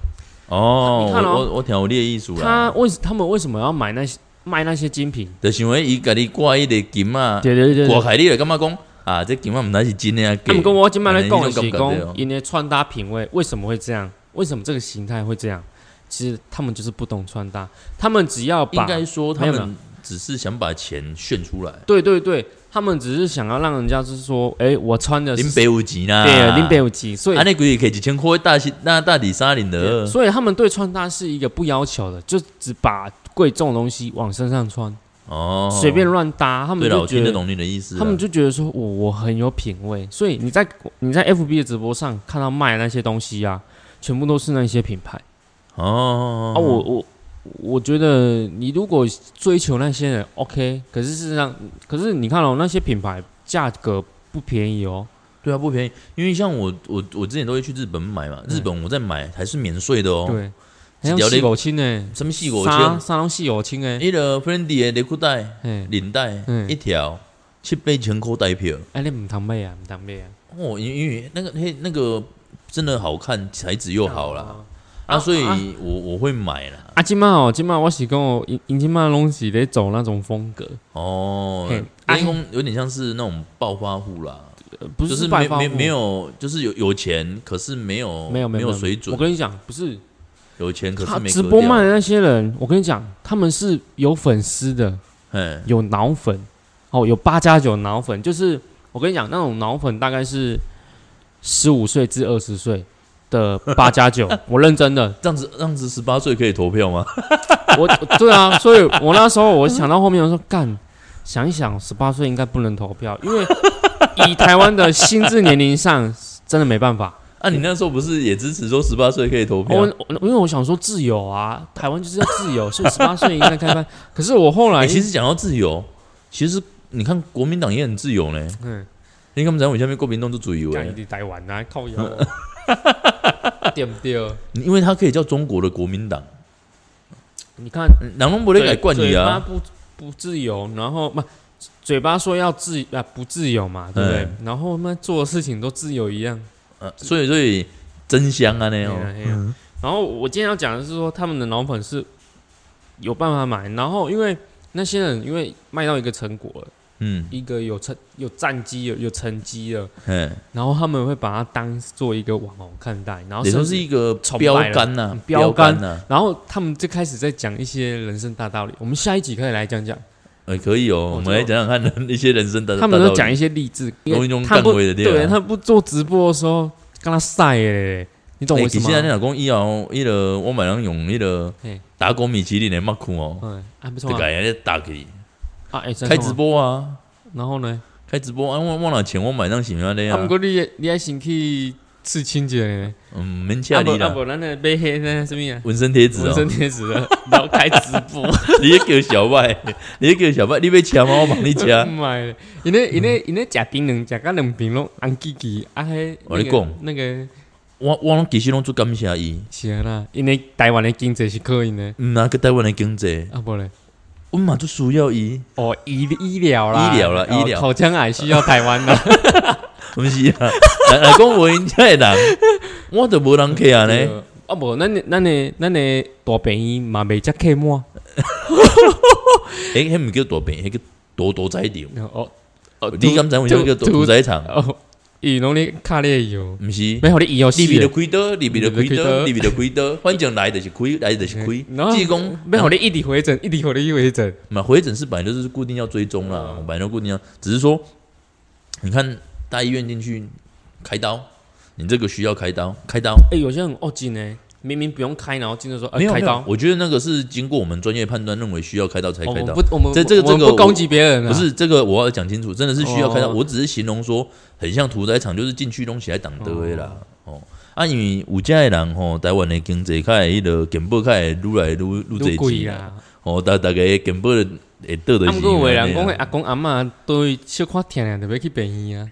A: 哦，
B: 你看
A: 我
B: 哦
A: 我我挑列艺术
B: 他
A: 啦。
B: 为他们为什么要买那些卖那些精品？
A: 啊就是因为伊给你挂一个金啊，
B: 对对对
A: 挂
B: 对。
A: 海你了，干嘛讲啊？这金啊，唔知是真的啊假
B: 他
A: 的
B: 们跟我今麦在讲的
A: 哎你
B: 是
A: 这种感觉哦
B: 讲，因为穿搭品味为什么会这样？为什么这个形态会这样？其实他们就是不懂穿搭，他们只要把
A: 应该说他
B: 没有没
A: 们只是想把钱炫出来，
B: 对对对，他们只是想要让人家就是说，哎、我穿的
A: 林
B: 是
A: 北有钱啦，
B: 对林北，有几，所以、
A: 啊，那鬼可以一千块大西那大底沙领的，
B: 所以他们对穿搭是一个不要求的，就只把贵重的东西往身上穿。
A: 哦，
B: 随便乱搭，他们
A: 对了，
B: 就
A: 我听
B: 觉
A: 得
B: 得。
A: 懂你的意思啊。
B: 他们就觉得说我哦我很有品味，所以你在你在 FB 的直播上看到卖那些东西啊，全部都是那些品牌
A: 哦
B: 啊。我我我觉得你如果追求那些人 OK，可是事实上，可是你看哦，那些品牌价格不便宜哦。
A: 对啊，不便宜，因为像我我我之前都会去日本买嘛，日本我在买还是免税的哦。，
B: 嗯对，
A: 是
B: 还有
A: 聊
B: 细
A: 得
B: 狗青呢，
A: 什么细果
B: 三
A: 签，
B: 三种细狗青哎，
A: 那个 Fendi 的内裤带、
B: 哎，
A: 领带
B: 嗯
A: 一条七八千块台票，
B: 哎你唔通买啊，唔通买啊，
A: 哦，因因为那个嘿那个真的好看，材质又好啦，啊，所以
B: 啊
A: 我我会买啦。
B: 啊，今麦哦，今麦我是讲哦，因因今麦拢是咧走那种风格，
A: 哦
B: 嘿，
A: 阿
B: 啊
A: 公有点像是那种暴发户啦，
B: 呃不
A: 就是
B: 百
A: 没没没有，就是有有钱，可是没有
B: 没有
A: 没
B: 有
A: 有水准
B: 我，跟你讲，不是
A: 有钱可
B: 他
A: 是没
B: 直
A: 格
B: 播
A: 调
B: 卖，的那些人，我跟你讲，他们是有粉丝的，
A: 嗯，
B: 有脑粉，哦，有八加九脑粉，就是我跟你讲，那种脑粉大概是十五岁至二十岁的八加
A: [laughs]
B: 九，我认真的，
A: 这样子这样子十八岁可以投票吗？ [laughs]
B: 我对啊，所以我那时候我想到后面我说干，想一想，十八岁应该不能投票，因为以台湾的心智年龄上，真的没办法。
A: 啊，你那时候不是也支持说十八岁可以投票？
B: 哦我我因为我想说自由啊，台湾就是要自由，所以十八岁应该开放。 [laughs] 可是我后来
A: 欸其实讲到自由，其实你看国民党也很自由呢。
B: 嗯，
A: 你看我们在我们下面国民党就自由
B: 干
A: 哎
B: 你，台湾啊，
A: [laughs]
B: 靠腰、对不对？
A: 因为他可以叫中国的国民党，嗯
B: 你看，
A: 南龙伯
B: 嘴
A: 雷改冠你
B: 嘴巴
A: 啊，
B: 不不自由，然后不嘴巴说要自啊不自由嘛，对不对？
A: 嗯
B: 然后那做的事情都自由一样。
A: 呃所以所以真香啊那
B: 哎呀
A: 样。
B: 哎呀然后我今天要讲的是说，他们的脑粉是有办法买，然后因为那些人因为卖到一个成果了，
A: 嗯，
B: 一个有成有战绩有有成绩了，
A: 哎，
B: 然后他们会把它当做一个网红看待，然后
A: 也
B: 甚
A: 就
B: 至
A: 是一个
B: 崇拜
A: 标
B: 了
A: 杆呐
B: 嗯，
A: 标
B: 标
A: 杆啊
B: 杆
A: 呐，
B: 然后他们就开始在讲一些人生大道理。我们下一集可以来讲讲，
A: 哎，可以哦，我们来讲讲看人一些人生的，
B: 他
A: 大
B: 们
A: 道
B: 都
A: 理
B: 讲一些励志，因
A: 容
B: 为
A: 易用
B: 他
A: 干
B: 不
A: 位的
B: 对
A: 啊。
B: 他不做直播的时候跟他晒耶，你懂我
A: 哎，
B: 意思
A: 其
B: 吗
A: 实？你老公以后，伊个我买人用伊个
B: 啊嘿
A: 打狗米其林的麦克哦，
B: 嗯，还不错
A: 就
B: 啊
A: 改人家打给
B: 啊，哎，
A: 开直，播啊。
B: 然后呢，
A: 开直播啊！我忘了钱，我买张喜欢的
B: 啊，不
A: 呀。
B: 过你也你还先去刺青一下呢，
A: 嗯，免
B: 啊
A: 请
B: 不
A: 你
B: 啊
A: 啦，
B: 不，咱那买黑那什么呀？
A: 纹身贴纸
B: 纹身
A: 哦，
B: 贴纸的，然后开直播，
A: [laughs] 你也叫小
B: [laughs]
A: 麦，你也叫小麦，你要请吗？我帮你请。
B: 买了，因为因为因为假槟榔，假个两瓶拢红叽叽，啊嘿，
A: 我跟你
B: 那个
A: 讲
B: 那个。
A: 我我拢其实拢做感谢伊，
B: 是啊啦，因为台湾的经济是可以的，
A: 嗯啊，个台湾的经济，
B: 啊不嘞，
A: 我嘛就需要伊，
B: 哦医医疗啦，
A: 医疗啦
B: 哦
A: 医疗
B: 口腔癌需要台湾的，
A: [laughs] 不是啊？来 [laughs] 来讲我因这的人，我都无人客啊
B: 对
A: 呢。
B: 啊不，咱的咱的咱的大病院嘛未遮客满，
A: 诶，迄毋叫大病，迄叫多多仔场。
B: 哦哦
A: 你敢知影为啥叫
B: 突
A: 多多仔场？
B: 哦，伊拢咧卡咧药，
A: 毋是，
B: 要互你医药死
A: 入
B: 的
A: 面就开刀，入面就开刀，入
B: 入
A: 面就开刀，反正来就是开，来就是开。
B: [laughs] 然后
A: 只是讲
B: 要互你一直回诊，一直互你回诊，
A: 嘛，回诊室本来就是固定要追踪啦，我本来就固定要，只是说，你看大医院进去开刀，你这个需要开刀，开刀
B: 哎，有些人哦劲呢，明明不用开，然后进来说，哎
A: 没，有
B: 开刀
A: 没有，我觉得那个是经过我们专业判断，认为需要开刀才
B: 哦我
A: 开
B: 们
A: 刀，
B: 不，我们
A: 这这个
B: 我们
A: 这个
B: 不攻击别人啊，
A: 不是这个我要讲清楚，真的是需要开刀，
B: 哦
A: 我只是形容说很像屠宰场，就是进去东西来挡的啦，哦。啊，因为有遮的人吼，台湾的经济较会迄落健保较会愈来愈愈
B: 都
A: 侪
B: 贵啊
A: 钱啦。
B: 啦。
A: 哦，大大概健保的会倒的
B: 啊，
A: 是因
B: 毋过有
A: 为
B: 的
A: 安尼啦。
B: 人讲，诶阿公阿嬷对小可疼疼，就要去病院啊。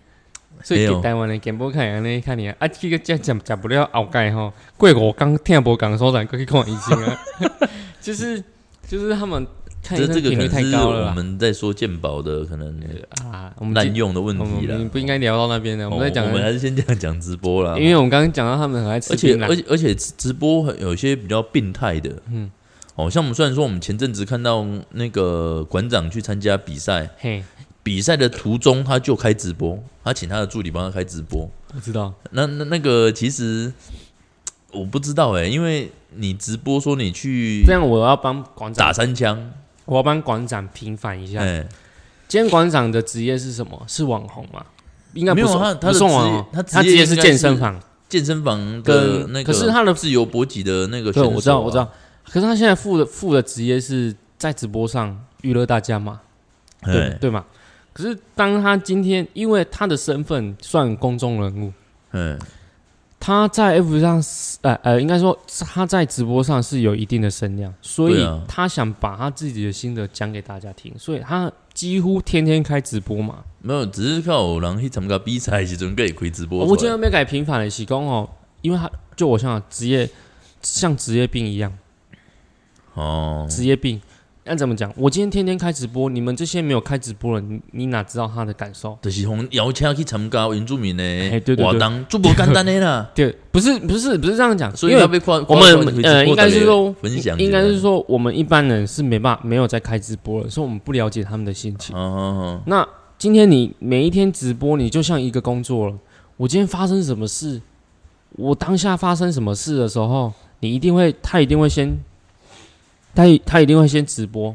B: 所
A: 哎
B: 以
A: 呦
B: 去台湾的健保看安尼看你啊，啊去个遮食食不了后盖吼，过五工疼无共所在，搁去看医生啊。 [laughs] 就是就是他们看医
A: 这
B: 生
A: 这个
B: 频率
A: 可
B: 太
A: 能是
B: 高
A: 我
B: 了啦
A: 们在说鉴宝的可能
B: 啊。我们
A: 滥
B: 今
A: 用的问
B: 我
A: 题啦
B: 们。不应该聊到那边的，
A: 哦
B: 我们在讲
A: 我，们还是先这样讲直播啦。
B: 因为我们刚刚讲到他们很爱
A: 啊
B: 吃
A: 而且
B: 槟榔，
A: 而且而且直直播很有一些比较病态的，嗯，哦，像我们虽然说我们前阵子看到那个馆长去参加比赛，
B: 嘿，
A: 比赛的途中他就开直播，他请他的助理帮他开直播。
B: 我知道，
A: 那那那个其实我不知道哎、因为你直播说你去
B: 这样我要帮馆
A: 打
B: 长，
A: 三枪，
B: 我要帮馆长平反一下。
A: 哎，
B: 今天馆长的职业是什么？是网红吗？应该不
A: 没有
B: 是
A: 他他的
B: 不是
A: 职业
B: 网红，
A: 他职业
B: 他职业是
A: 应该是
B: 健身房。
A: 健身房的
B: 跟
A: 那个，
B: 可是他的
A: 自由搏击的那个选
B: 对，
A: 手啊、
B: 我知道，我知道。可是他现在副的副的职业是在直播上娱乐大家嘛，对
A: 哎
B: 对嘛。可是当他今天，因为他的身份算公众人物，
A: 哎
B: 他在 F 上是，呃呃，应该说他在直播上是有一定的声量，所
A: 对
B: 以
A: 啊
B: 他想把他自己的心得讲给大家听，所以他几乎天天开直播嘛。
A: 没有，只是靠有人去参加比赛的时阵，可以开直播出来。
B: 我今天没有改平反的是讲哦，因为他就我像职业像职业病一样，
A: 哦，
B: 职业病。那怎么讲？我今天天天开直播，你们这些没有开直播的，你你哪知道他的感受？
A: 就是红摇车去参加原住民的
B: 嘿哎对对对
A: 活动，这不简单的
B: [laughs]
A: 啦。
B: 对，不是不是不是这样讲，
A: 所以
B: 因为
A: 要被夸，
B: 我
A: 夸出来就可
B: 们
A: 以直播
B: 呃，应该
A: 给
B: 是说
A: 分享一下，
B: 应该是说我们一般人是没办法没有在开直播的，所以我们不了解他们的心情。
A: 哦，哦哦
B: 那今天你每一天直播，你就像一个工作了。我今天发生什么事，我当下发生什么事的时候，你一定会，他一定会先，他一他一定会先直播，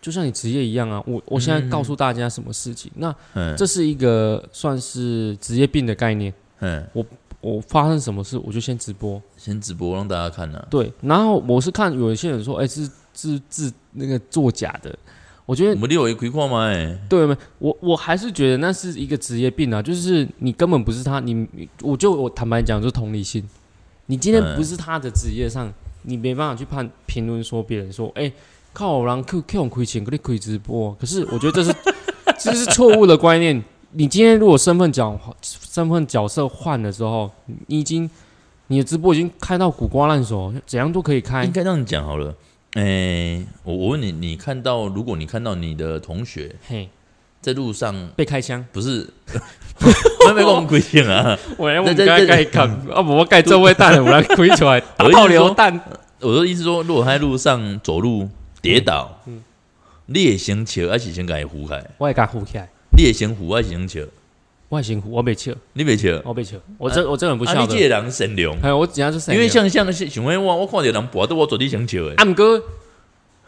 B: 就像你职业一样啊。我我现在告诉大家什么事情，那
A: 嗯
B: 这是一个算是职业病的概念。
A: 嗯，
B: 我发生什么事，我就先直播。
A: 先直播让大家看呐。
B: 对，然后我是看有一些人说，哎、是是是那个作假的，我觉得
A: 我们六一开看嘛，哎，
B: 对没？我我还是觉得那是一个职业病啊，就是你根本不是他，你你我就我坦白讲，就是同理心，你今天
A: 嗯
B: 不是他的职业上，你没办法去判评论说别人说，哎、靠我让 Q Q 亏钱，给你亏直播，啊可是我觉得这是 [laughs] 这是错误的观念。你今天如果身份角身份角色换了之后，你已经你的直播已经开到苦瓜烂熟，怎样都可以开
A: 应。该这样讲好了。哎，我我问你，你看到如果你看到你的同学
B: 嘿，
A: 在路上，
B: 被开枪，
A: 不是， [laughs] 没没跟我们亏欠啊。
B: 我来
A: 我
B: 我
A: 们
B: 们
A: 这
B: 该
A: 这
B: 盖扛，啊不，我盖这位蛋了，我来亏出 [laughs] 来，打
A: 我意思
B: 爆流
A: 说
B: 弹。
A: 我的意思说，如果他在路上走路跌倒，
B: 嗯
A: 你也先笑，还是先给他扶开？
B: 我会甲扶起来，
A: 你也先扶，还是先笑？
B: 我会先扶，我袂笑，
A: 你别笑，
B: 我袂笑，我这我这人不
A: 啊，
B: 笑
A: 你这
B: 的。
A: 个人善良，
B: 还有我怎样就是，
A: 因为像像像我，我看到人跋倒，我绝对先笑的。
B: 啊，毋过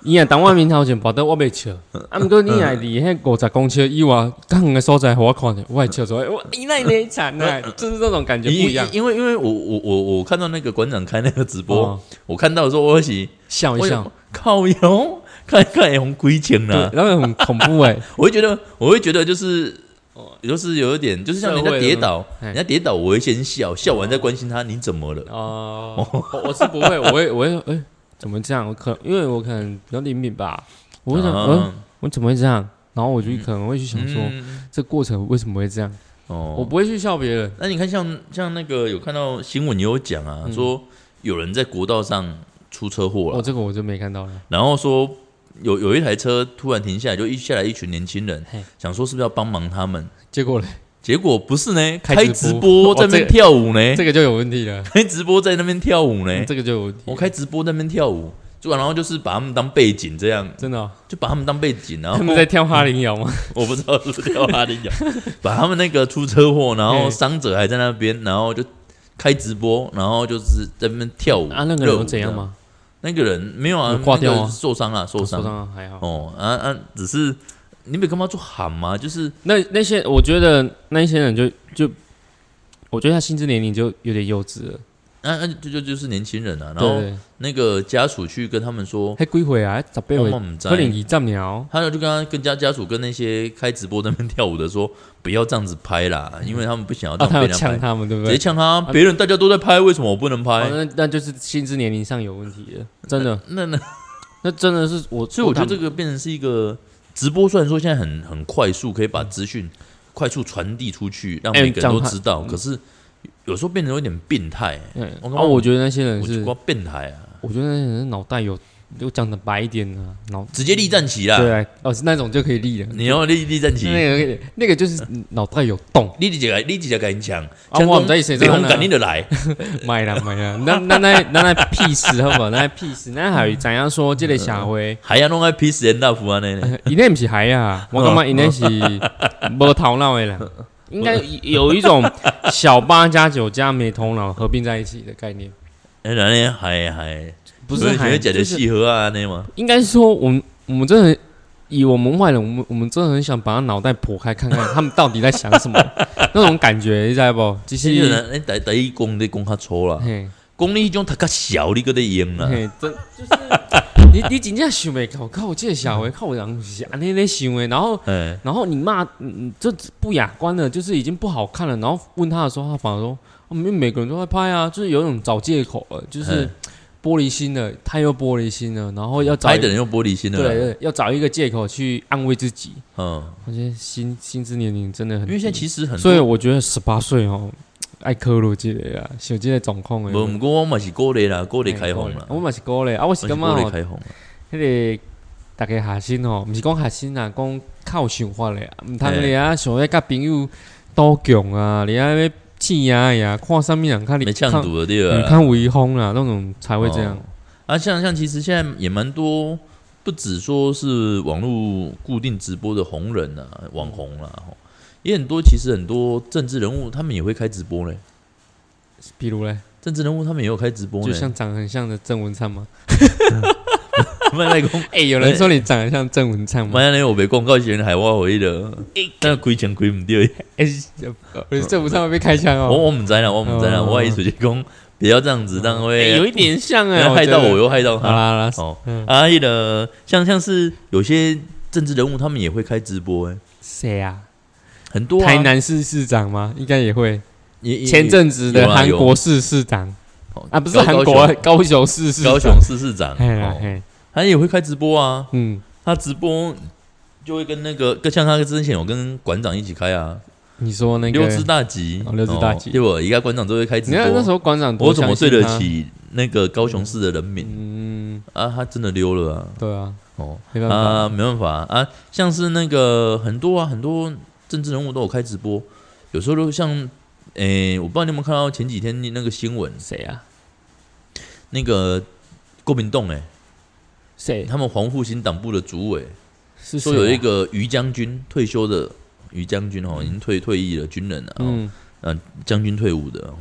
B: 伊若当我面头前跋倒，我袂笑。啊，毋过你若离迄五十公尺以外更远的所在，互我看着，我会笑出来。我伊那咧惨啊，就是这种感觉
A: 因
B: 不一样
A: 因。因为因为我我我我看到那个馆长开那个直播，
B: 哦
A: 我看到的时候我喜
B: 笑一
A: 我
B: 笑
A: 想，靠哟，看看红龟情
B: 对
A: 了，，
B: 然后很恐怖哎。
A: 我会觉得我会觉得就是。哦就是有一点，就是像人
B: 社
A: 家
B: 会
A: 跌
B: 的
A: 倒，
B: 哎
A: 人家跌倒，我会先笑，笑完再关心他你怎么了。
B: 哦，我我是不会，我会我会哎，怎么这样？我可因为我可能比较灵敏吧，我会想，嗯，
A: 啊
B: 我怎么会这样？然后我就可能会去想说，
A: 嗯
B: 这过程为什么会这样？
A: 哦，
B: 我不会去笑别人。
A: 那你看像，像那个有看到新闻也有讲啊，
B: 嗯
A: 说有人在国道上出车祸
B: 我、
A: 了，
B: 哦这个我就没看到了。
A: 然后说有有一台车突然停下来，就一下来一群年轻人
B: 嘿，
A: 想说是不是要帮忙他们，
B: 结果嘞，
A: 结果不是呢，
B: 开
A: 开
B: 直
A: 直
B: 播
A: 播在那边
B: 哦这
A: 跳舞呢，
B: 这个就有问题了，
A: 开直播在那边跳舞呢，哦
B: 这个就有问题。
A: 我开直播在那边跳舞，就然后就是把他们当背景这样，
B: 真的哦、
A: 就把他们当背景，然
B: 他
A: 后
B: 们在跳哈林摇吗？
A: [laughs] 我不知道是不是跳哪里讲， [laughs] 把他们那个出车祸，然后
B: 嘿
A: 伤者还在那边，然后就开直播，然后就是在那边跳舞
B: 啊，那个人
A: 热
B: 有
A: 舞
B: 怎样？吗？
A: 那个人没有啊
B: 有，挂掉吗
A: 那个受伤啊，受
B: 受
A: 伤
B: 伤啊还好。
A: 哦啊啊，只是你没干嘛做喊吗？就是
B: 那那些我觉得那些人就就，我觉得他心智年龄就有点幼稚了。
A: 啊啊，就就就是年轻人啊，然
B: 对
A: 后
B: 对对，
A: 那个家属去跟他们说，
B: 还归回啊，咋被
A: 我
B: 回？
A: 们在
B: 可。能一丈鸟。
A: 他就跟他跟家家属跟那些开直播在那边跳舞的说，不要这样子拍啦，因为他们不想要
B: 啊，
A: 当
B: 他
A: 被
B: 有
A: 人家拍
B: 呛，他们，对不
A: 直接
B: 对？
A: 呛他，别人大家都在拍，为什么我不能
B: 哦
A: 拍？
B: 那那就是心智年龄上有问题了，真的，
A: 那那
B: 那真的是我。
A: 所以我觉得这
B: 个
A: 个变成是一个直播，虽然说现在很很快速，可以把资讯快速传递出去，让
B: 哎
A: 每个人
B: 讲
A: 都
B: 话
A: 知道，可是有时候变得有点变态、欸。，
B: 嗯，
A: 我
B: 啊，我觉得那些人
A: 我
B: 是
A: 就，变态啊，
B: 我觉得那些人脑袋有，就讲的白一点呢，脑
A: 直接立战旗啦！
B: 对，哦，是那种就可以立了。
A: 你要立立战旗，
B: 那个可以那个就是脑袋有洞，
A: 立几个，立几个跟你抢，
B: 啊我不知道他谁
A: 北
B: 在那
A: 红赶紧的来，
B: 买啦买啦，那那那那那屁事好不好？那屁事，那还有怎样说这个社会？
A: 还要弄个 P 十 N 大福啊那呢，
B: 伊那不是孩啊，我感觉伊那是无头脑的人，应该有一种小八加九加没头脑合并在一起的概念，
A: 那那还还
B: 哎不
A: 所
B: 是
A: 以觉
B: 还
A: 得假的
B: 就是
A: 戏和啊那吗？
B: 应该是说我们我们真的很以我们外人，我们我们真的很想把他脑袋剖开看看他们到底在想什么，那种感觉，你知道不？就
A: 这个
B: 是
A: 人哎，第第一讲你讲较粗啦，
B: 嘿
A: 啊讲你迄种读较小，你搁在用啦。
B: 嘿，真就是你你真正想袂到，靠我这个小孩，靠我人是安尼咧想的，然后
A: 哎，
B: 然后你骂嗯这不雅观了，就是已经不好看了，然后问他的时候，他反而说，我们每个人都在拍啊，就是有一种找借口了，就是
A: 嗯
B: 玻璃心了，他又玻璃心了，然后要找
A: 拍
B: 一
A: 的
B: 个
A: 人用玻璃心的，啊
B: 对，对，要找一个借口去安慰自己。
A: 嗯，
B: 我觉得心心智年龄真的很
A: 因
B: 低，
A: 为现在其实很
B: 所以
A: 多，
B: 我觉得十八岁哦，爱科罗这个啊，手机的掌控
A: 不，
B: 诶
A: 不。过我嘛是鼓励啦，鼓励开放啦，
B: 我嘛是鼓励啊，我
A: 我
B: 是
A: 是
B: 感觉
A: 鼓励
B: 哦，
A: 开放啦，
B: 迄个大家学生吼，毋是讲学生啦，讲较有想法咧，毋通
A: 嘿
B: 你啊想要甲朋友斗强啊，你啊要气呀呀，看啥物人较你
A: 没呛
B: 较
A: 赌的对啊
B: 嗯
A: 吧？
B: 看威风啦，那种才会这样。
A: 啊，像像其实现在也蛮多，不只说是网络固定直播的红人啊、网红啦、吼也很多。其实很多政治人物他们也会开直播嘞，
B: 比如嘞，
A: 政治人物他们也有开直播嘞。
B: 就像长得很像的郑文灿吗？
A: 麦来公，
B: 哎，有人说你长得像郑文灿吗？
A: 麦来我被广告前海外回的，但亏钱亏唔对。
B: 哎，呃郑文灿会被开枪
A: 我
B: 哦。
A: 我唔知啦，我唔知啦，
B: 哦
A: 我意思就是讲，不要这样子，但
B: 哎，有
A: 会
B: 一点像
A: 不
B: 哎，
A: 要害到
B: 觉得
A: 我，。又害到
B: 好
A: 他。
B: 啦好啦，
A: 哦
B: 嗯，
A: 啊，那个像像是有些政治人物他们也会开直播哎，
B: 谁啊？
A: 很多啊
B: 台南市市长吗？应该也会。
A: 也也
B: 前阵子的
A: 有啊
B: 韩
A: 有
B: 国市市长
A: 哦
B: 啊，不是
A: 高
B: 韩国啊，高雄市市长
A: 高雄市市长，
B: 嘿啦
A: 哦
B: 嘿，
A: 他也会开直播啊，
B: 嗯，
A: 他直播就会跟那个，跟像他之前有跟馆长一起开啊，
B: 你说那个，
A: 六只大吉，
B: 哦六只大吉
A: 哦对不？一个馆长都会开直
B: 你看那时
A: 播，
B: 候馆长多
A: 我怎么
B: 相信
A: 对得
B: 他？
A: 起那个高雄市的人民
B: 嗯，
A: 啊？他真的溜了啊，
B: 对啊，
A: 哦
B: 没办法，
A: 啊，没办法啊，像是那个很多啊，很多政治人物都有开直播，有时候都像。诶，我不知道你有没有看到前几天那个新闻，
B: 谁啊？
A: 那个郭明栋诶，
B: 谁？
A: 他们黄复兴党部的主委，
B: 是
A: 说
B: 谁
A: 有
B: 啊
A: 一，个于将军退休的于将军哦，已经退退役了军人啊，哦
B: 嗯，
A: 将军退伍的哦。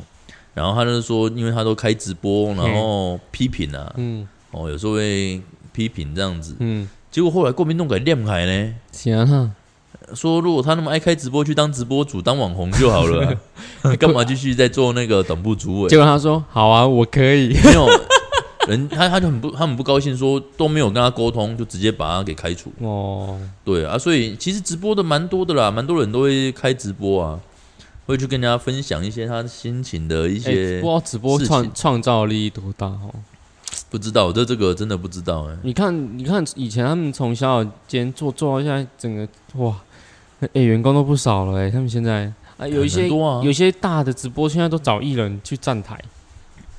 A: 然后他就是说，因为他都开直播，然后批评啊，
B: 嗯
A: 哦，有时候会批评这样子。
B: 嗯，
A: 结果后来国民党给亮开呢，
B: 行啊，
A: 说如果他那么爱开直播，去当直播主、当网红就好了啊、
B: [laughs]
A: 干嘛继续在做那个党部主委
B: 结？果他说好啊，我可以，
A: 没有人，他他就很不，他很不高兴说都没有跟他沟通，就直接把他给开除。
B: 哦，
A: 对啊，所以其实直播的蛮多的啦，蛮多人都会开直播啊，会去跟大家分享一些他心情的一
B: 哎
A: 些
B: 不知，道直播
A: 事
B: 创
A: 情
B: 创造力多大哦。
A: 不知道这这个真的不知道哎、
B: 你看，你看，以前他们从小间做做到现在，整个哇，哎、员工都不少了哎、他们现在啊，有一些
A: 很多啊
B: 有些大的直播现在都找艺人去站台，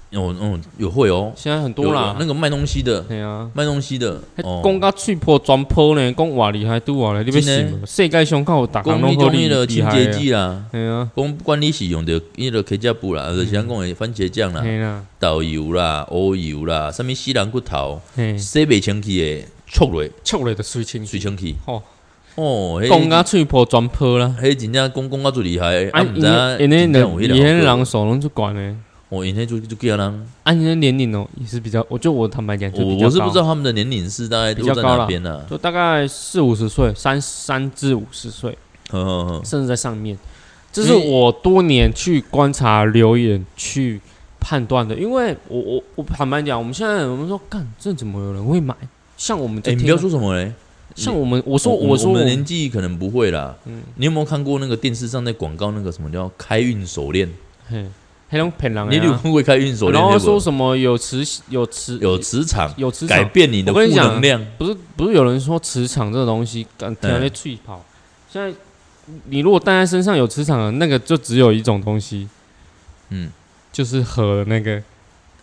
A: 有哦有会哦，
B: 现在很多
A: 有
B: 啦
A: 有。那个卖东西的，
B: 对啊，
A: 卖东西的哦，
B: 讲到脆破全破呢，讲哇厉害都哇嘞，你要
A: 真的
B: 信无？世界上靠打工
A: 公
B: 拢
A: 益
B: 好
A: 公
B: 厉
A: 益的
B: 厉
A: 清
B: 害
A: 洁
B: 啊。
A: 剂啦，
B: 对啊，
A: 公管理使用的那个 K 加布啦，而且像讲的番茄酱啦、
B: 嘿啊啦，
A: 豆油啦、乌油啦，上面西兰骨头
B: 嘿，
A: 洗袂清气的，戳落
B: 出来就水清
A: 水
B: 水。
A: 清气
B: 哦
A: 哦，嘿
B: 讲到脆破全破啦。
A: 迄啊真正讲讲到最厉害，啊，
B: 啊，
A: 毋
B: 因
A: 知
B: 为因
A: 影
B: 为
A: 真正
B: 人
A: 有
B: 因
A: 迄
B: 为
A: 人
B: 人手拢就管嘞。
A: 哦，因迄就就叫人，
B: 啊，你的年龄哦也是比较，我就我坦白讲，就
A: 我
B: 比较
A: 我是不
B: 高
A: 知道他们的年龄是大概
B: 比
A: 都
B: 较
A: 在
B: 高
A: 哪
B: 啦
A: 边啊啦。
B: 就大概四五十岁，三三至五十岁，
A: 呵呵呵，
B: 甚至在上面。这是我多年去观察留言去判断的，因为我我我坦白讲，我们现在我们说，干这怎么有人会买？像我们
A: 哎，
B: 这
A: 你
B: 听啊
A: 不要说什么嘞，
B: 像我们，我说
A: 我们
B: 说
A: 我
B: 我嗯
A: 们的
B: 们
A: 年纪可能不会啦。你有没有看过那个电视上在广告那个什么叫开运手链？
B: 嘿，黑龙骗人
A: 你有
B: 的啊
A: 看过开运手链？
B: 然后
A: 对不
B: 说什么有磁有磁
A: 有磁场
B: 有磁
A: 改
B: 场，
A: 变你的
B: 我
A: 负
B: 跟你讲
A: 能量，
B: 不是不是有人说磁场这个东西，干天在脆跑。现在你如果戴在身上有磁场的那个，就只有一种东西，
A: 嗯，
B: 就是核的那个。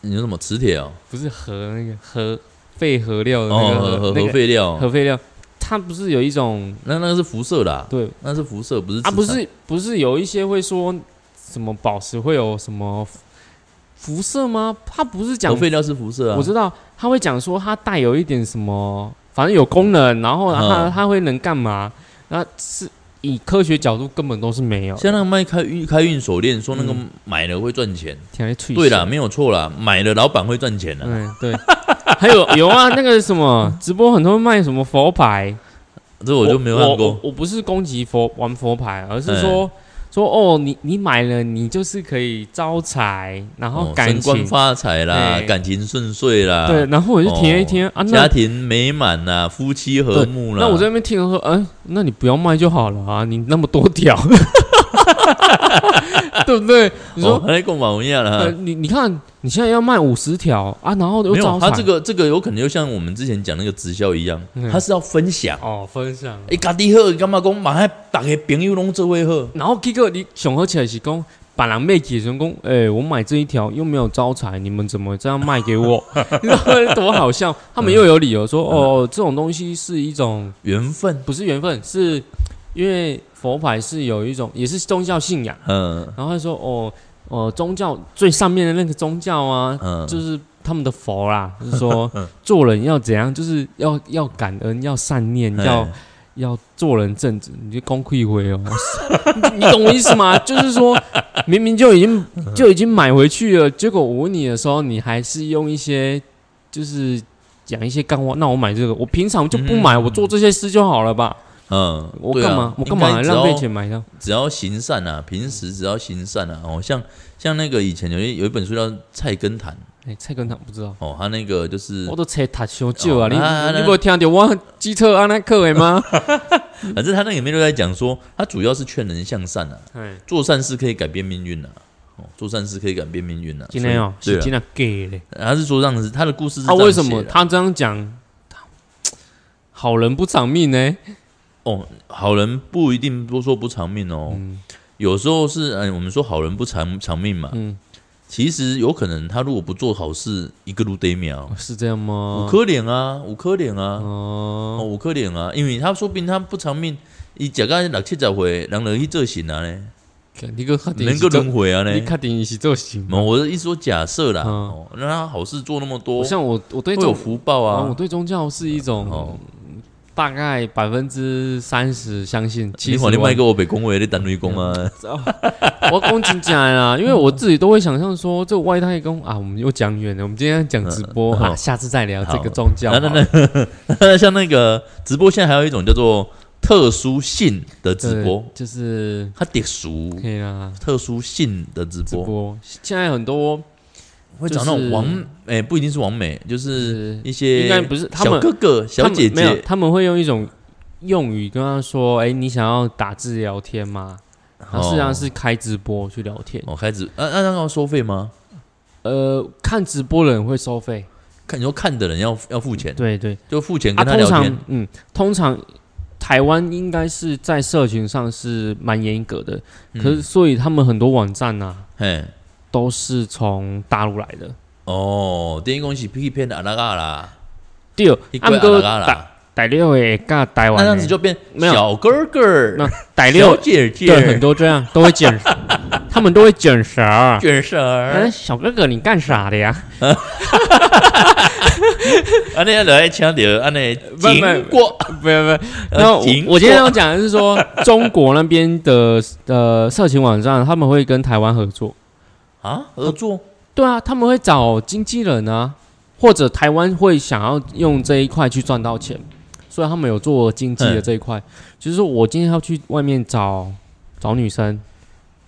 A: 你说什么磁铁哦，
B: 不是核那个核废核料的那个
A: 哦，核
B: 那
A: 核
B: 个
A: 废料，
B: 核废料，它不是有一种
A: 那那个是辐射啦，
B: 对
A: 那是辐射，不是
B: 啊，
A: 磁
B: 不
A: 场
B: 是不是有一些会说什么宝石会有什么辐射吗？它不是讲
A: 核，废料是辐射啊，
B: 我知道它会讲说它带有一点什么，反正有功能，然后它、
A: 嗯
B: 它会能干嘛？那是以科学角度根本都是没有的，嗯
A: 像那个卖开运开运手链，说那个买了会赚钱，
B: 天啊来吹
A: 对啦，没有错啦，买了老板会赚钱啊啦，
B: 嗯对， [laughs] 还有有啊，那个什么直播很多卖什么佛牌。
A: 这我就没有看
B: 我
A: 过哎
B: 我。我不是攻击佛玩佛牌，而是说说哦，你你买了，你就是可以招财，然后
A: 哦
B: 感
A: 升官
B: 情、
A: 发哦财啦
B: 哎，
A: 感情顺遂啦，
B: 对，然后我就听一听、啊，
A: 家
B: 那
A: 庭美满啦，夫妻和睦啦。哦
B: 那我在那边听了说，嗯、那你不要卖就好了啊，你那么
A: [laughs]
B: 多条，对不对？你说、
A: 哦，还在跟我们一样
B: 呃，
A: 啦。
B: 你你看你现在要卖五十条啊，然后又
A: 没
B: 招
A: 有，
B: 财，嗯
A: 他这个这个有可能就像我们之前讲那个直销一样，他是要分享。
B: 哦分享，
A: 哎，家己好，干嘛讲马上打给朋友拢做伙好？
B: 然后结果你综合起来是讲。把人卖给人工，哎、我买这一条又没有招财，你们怎么这样卖给我？
A: [laughs]
B: 你知道多好笑？他们又有理由说，
A: 嗯
B: 哦，这种东西是一种
A: 缘分，
B: 不是缘分，是因为佛牌是有一种也是宗教信仰，
A: 嗯
B: 然后他说哦哦，宗教最上面的那个宗教啊，
A: 嗯，
B: 就是他们的佛啦，就
A: [laughs]
B: 是说做人要怎样，就是要要感恩，要善念，要
A: 哎
B: 要做人正直，你就功亏一篑哦， [laughs] 你你懂我意思吗？就是说明明就已经就已经买回去了，结果我问你的时候，你还是用一些就是。讲一些干话，那我买这个，我平常就不买，我做这些事就好了吧？
A: 嗯，
B: 我
A: 对啊
B: 干嘛？我干嘛还浪费？
A: 应该只要
B: 钱买它？
A: 只要行善啊，平时只要行善啊，哦，像像那个以前有一有一本书叫《菜根谭》，
B: 哎，菜根堂不知道，
A: 哦，他那个就是
B: 我都车踏伤少啊！
A: 哦啊
B: 你
A: 那
B: 你无听到我机车安那课的吗？
A: 反正他那里面就在讲说，他主要是劝人向善啊，
B: 哎
A: 做善事可以改变命运啊。哦，做善事可以改变命运啊。
B: 今天哦，
A: 所以
B: 是
A: 对
B: 今
A: 啊，
B: 天给嘞。
A: 他是说这样子，他的故事是
B: 啊，
A: 这样
B: 为什么
A: 写的啊
B: 他这样讲？好人不长命呢？
A: 哦，好人不一定不说不长命哦，有时候是哎，我们说好人不长长命嘛，
B: 嗯
A: 其实有可能他如果不做好事，一个路得秒，
B: 哦是这样
A: 五
B: 吗？
A: 颗脸啊，五颗脸啊，哦，
B: 哦，
A: 五颗脸啊，因为他说不定他不长命，伊食到六七十岁，人就去做神啊呢，
B: 看你个确定
A: 能
B: 是
A: 够
B: 做
A: 轮，回啊呢
B: 你。确定是做行
A: 没有我的意思说假设啦，
B: 嗯
A: 哦，让他好事做那么多
B: 我，像我，我对
A: 会有
B: 宗
A: 福报
B: 啊，我
A: 啊。
B: 对宗教是一种
A: 哦
B: 大概百分之三十相信，
A: 你
B: 七十
A: 反正卖给我北宫维，你单位工啊，
B: 我讲真正的
A: [laughs]
B: 啦，因为我自己都会想象说，这外太空啊，我们又讲远了，我们今天讲直播、
A: 嗯
B: 啊，
A: 好
B: 下次再聊
A: 好
B: 这个宗教。
A: 那那那 [laughs] 像那个直播，现在还有一种叫做特殊性的直播
B: 对，就是
A: 它特殊
B: 可以啦，
A: 特殊性的直
B: 直
A: 播
B: 播现在很多
A: 会找那种完
B: 就是
A: 哎，不一定是完美，就是
B: 是
A: 一些
B: 应该不是他
A: 小
B: 们
A: 哥哥、
B: 他
A: 小
B: 们
A: 姐
B: 没有，
A: 姐，
B: 他们会用一种用语跟他说：“哎、你想要打字聊天吗？”然后事实
A: 哦
B: 上是开直播去聊天。
A: 哦，开始啊啊，那要收费吗？
B: 呃，看直播的人会收费，
A: 看你说看的人要要付钱，
B: 对对。
A: 就付钱
B: 嗯啊，
A: 跟他
B: 通
A: 聊
B: 常
A: 天。
B: 嗯，通常台湾应该是在社群上是蛮严格的，
A: 嗯
B: 可是，所以他们很多网站啊，
A: 嘿，
B: 都是从大陆来的。
A: 哦，电影公司欺骗的阿拉嘎啦，
B: 第二，
A: 一个
B: 按
A: 阿拉
B: 哥
A: 嘎
B: 啊大
A: 啦，
B: 大六诶，噶台
A: 那
B: 湾
A: 这
B: 的，
A: 样子就变
B: 没有
A: 小哥哥、
B: 那大
A: 小
B: 六
A: 姐姐、
B: 对很多这样都会卷，
A: [laughs]
B: 他们都会卷舌儿。
A: 卷舌儿
B: 哎，，小哥哥，你干啥的呀？
A: 安尼来抢着安尼
B: 不
A: 经过，啊
B: 不要不要，
A: 呃
B: 那我
A: 经过
B: 我今天要讲的是说，中国那边的呃色情网站，他们会跟台湾合作。
A: 啊合作
B: 对啊，他们会找经纪人啊，或者台湾会想要用这一块去赚到钱，所以他们有做经济的这一块。就是说我今天要去外面找找女生，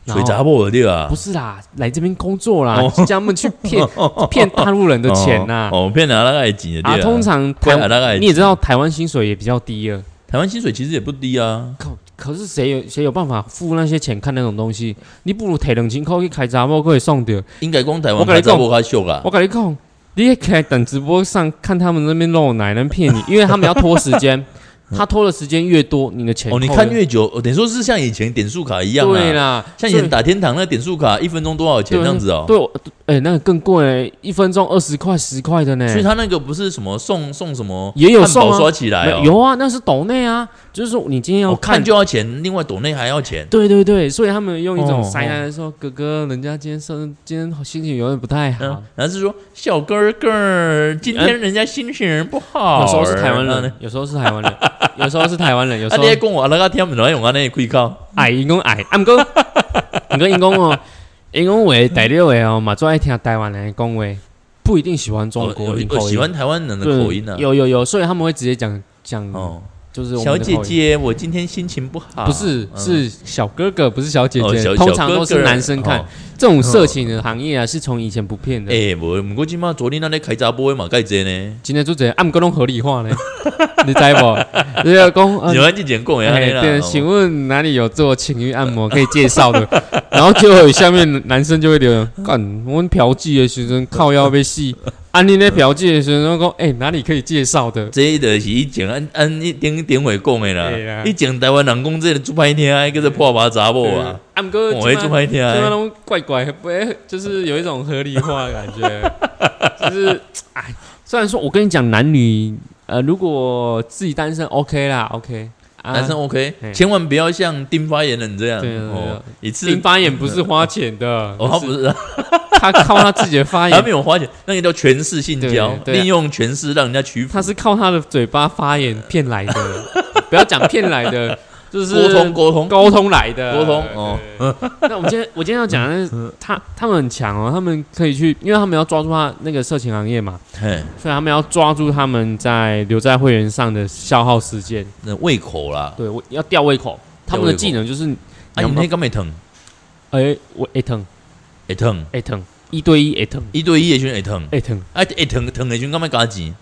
B: 然
A: 水
B: 后
A: 查某对啊
B: 不，是啦，来这边工作啦，
A: 哦
B: 叫他们去
A: [laughs]
B: 骗骗大陆人的钱呐、
A: 哦，骗阿拉个钱的
B: 啊，
A: 对
B: 通常
A: 骗阿拉
B: 台
A: 个
B: 你也知道台湾薪水也比较低了，
A: 台湾薪水其实也不低啊，
B: 靠！可是谁有谁有办法付那些钱看那种东西？你不如提两千块去开杂货可以送掉。
A: 应该讲台
B: 我
A: 湾
B: 跟你
A: 拍
B: 讲
A: 照不较俗啊
B: 我，跟你讲，你也可以等直播上看他们那边露奶能骗你，因为他们要拖时
A: [laughs]
B: 间，他拖的时间越多，你的钱
A: 哦，你
B: 扣
A: 看
B: 得
A: 越久，哦等于说是像以前点数卡一样
B: 对
A: 啊，
B: 啦，
A: 像以前
B: 所
A: 打天堂那点数卡一分钟多少钱
B: 对
A: 这样子哦
B: 以。对，我哎、那个更贵、一分钟二十块十块的呢，
A: 所以他那个不是什么送送什么
B: 也有
A: 汉
B: 送
A: 堡
B: 啊
A: 刷起来哦，
B: 没有啊，那是抖内啊，就是说你今天要
A: 我看就要钱，另外抖内还要钱。
B: 对对对，所以他们用一种
A: 哦
B: 塞奶的说，哥哥，人家今天生今天心情有点不太好。
A: 嗯，然后是说小哥哥儿，今天人家心情不好，
B: 有时候是台湾
A: 然后
B: 人
A: 呢，，
B: 有时候是台
A: [laughs]
B: 湾人，有时候是台湾人，有时
A: 啊，
B: 候
A: 你还讲我阿拉个听不懂，用安尼开口，
B: 矮因讲矮，啊
A: [laughs]
B: 毋过毋过因讲哦，因讲话第六个哦，嘛最爱听台湾人讲话，不一定喜欢中
A: 哦
B: 国人
A: 有
B: 口音，
A: 喜欢台湾人的
B: 对
A: 口音啊。
B: 有有有，所以他们会直接讲讲
A: 哦，
B: 就是我们
A: 小
B: 的
A: 姐
B: 口音。啊
A: 姐，我今天心情不好。
B: 不是，
A: 嗯
B: 是小哥哥，不是小姐
A: 哦
B: 姐。
A: 小
B: 通常都
A: 小
B: 是
A: 哥哥
B: 男生看、
A: 哦
B: 这种色情的行业啊，是从以前不骗的。
A: 哎，我不过今嘛昨天那咧开查波嘛盖这呢，
B: 今天就这样，按各种合
A: [laughs]
B: 理化呢，你知不？你要讲，呃
A: 你们之啊前讲的安
B: 哎
A: 尼，啦。
B: 对，
A: 哦
B: 请问哪里有做情欲按摩可以介绍的？ [laughs] 然后就有下面男生就会留言，干，我们嫖妓的学生靠腰被戏，啊，你那嫖妓的学生说，哎、哪里可以介绍的？
A: 这就是以前按按一顶顶回讲的
B: 对啊
A: 啦，以前台湾人讲啊这个做歹听，迄叫做破麻查某啊，
B: 啊，不过
A: 我会做歹听
B: 就那
A: 的。
B: 种怪怪，不会，就是有一种合理化的感觉，
A: [laughs]
B: 就是哎，虽然说我跟你讲，男女呃，如果自己单身 OK 啦，OK，、啊、
A: 男生 OK，
B: 嘿
A: 千万不要像丁发言人这样
B: 对啊对啊
A: 哦，一次
B: 听发言不是花钱的，
A: [laughs] 哦，他不是啊，
B: 他靠他自己的发
A: 他没
B: 言，
A: 有花钱，那个叫权势性交，
B: 对对啊
A: 利用权势让人家屈服
B: 他，是靠他的嘴巴发言骗来
A: [laughs]
B: 的，不要讲骗来的，就是
A: 沟通沟通
B: 沟通来的
A: 沟通哦。
B: 那我们今天我今天要讲的是，他他们很强哦，他们可以去，因为他们要抓住他那个色情行业嘛，
A: 嘿，
B: 所以他们要抓住他们在留在会员上的消耗时间，
A: 那胃口啦，
B: 对我要吊胃口。他们的技能就是，
A: 啊，
B: 有
A: 你
B: 没有
A: 那个没疼，
B: 哎，我哎疼
A: 会疼，
B: 哎疼，一对一哎疼
A: 一对一的时阵会疼，
B: 哎疼
A: 啊，会疼疼的时阵干嘛加钱？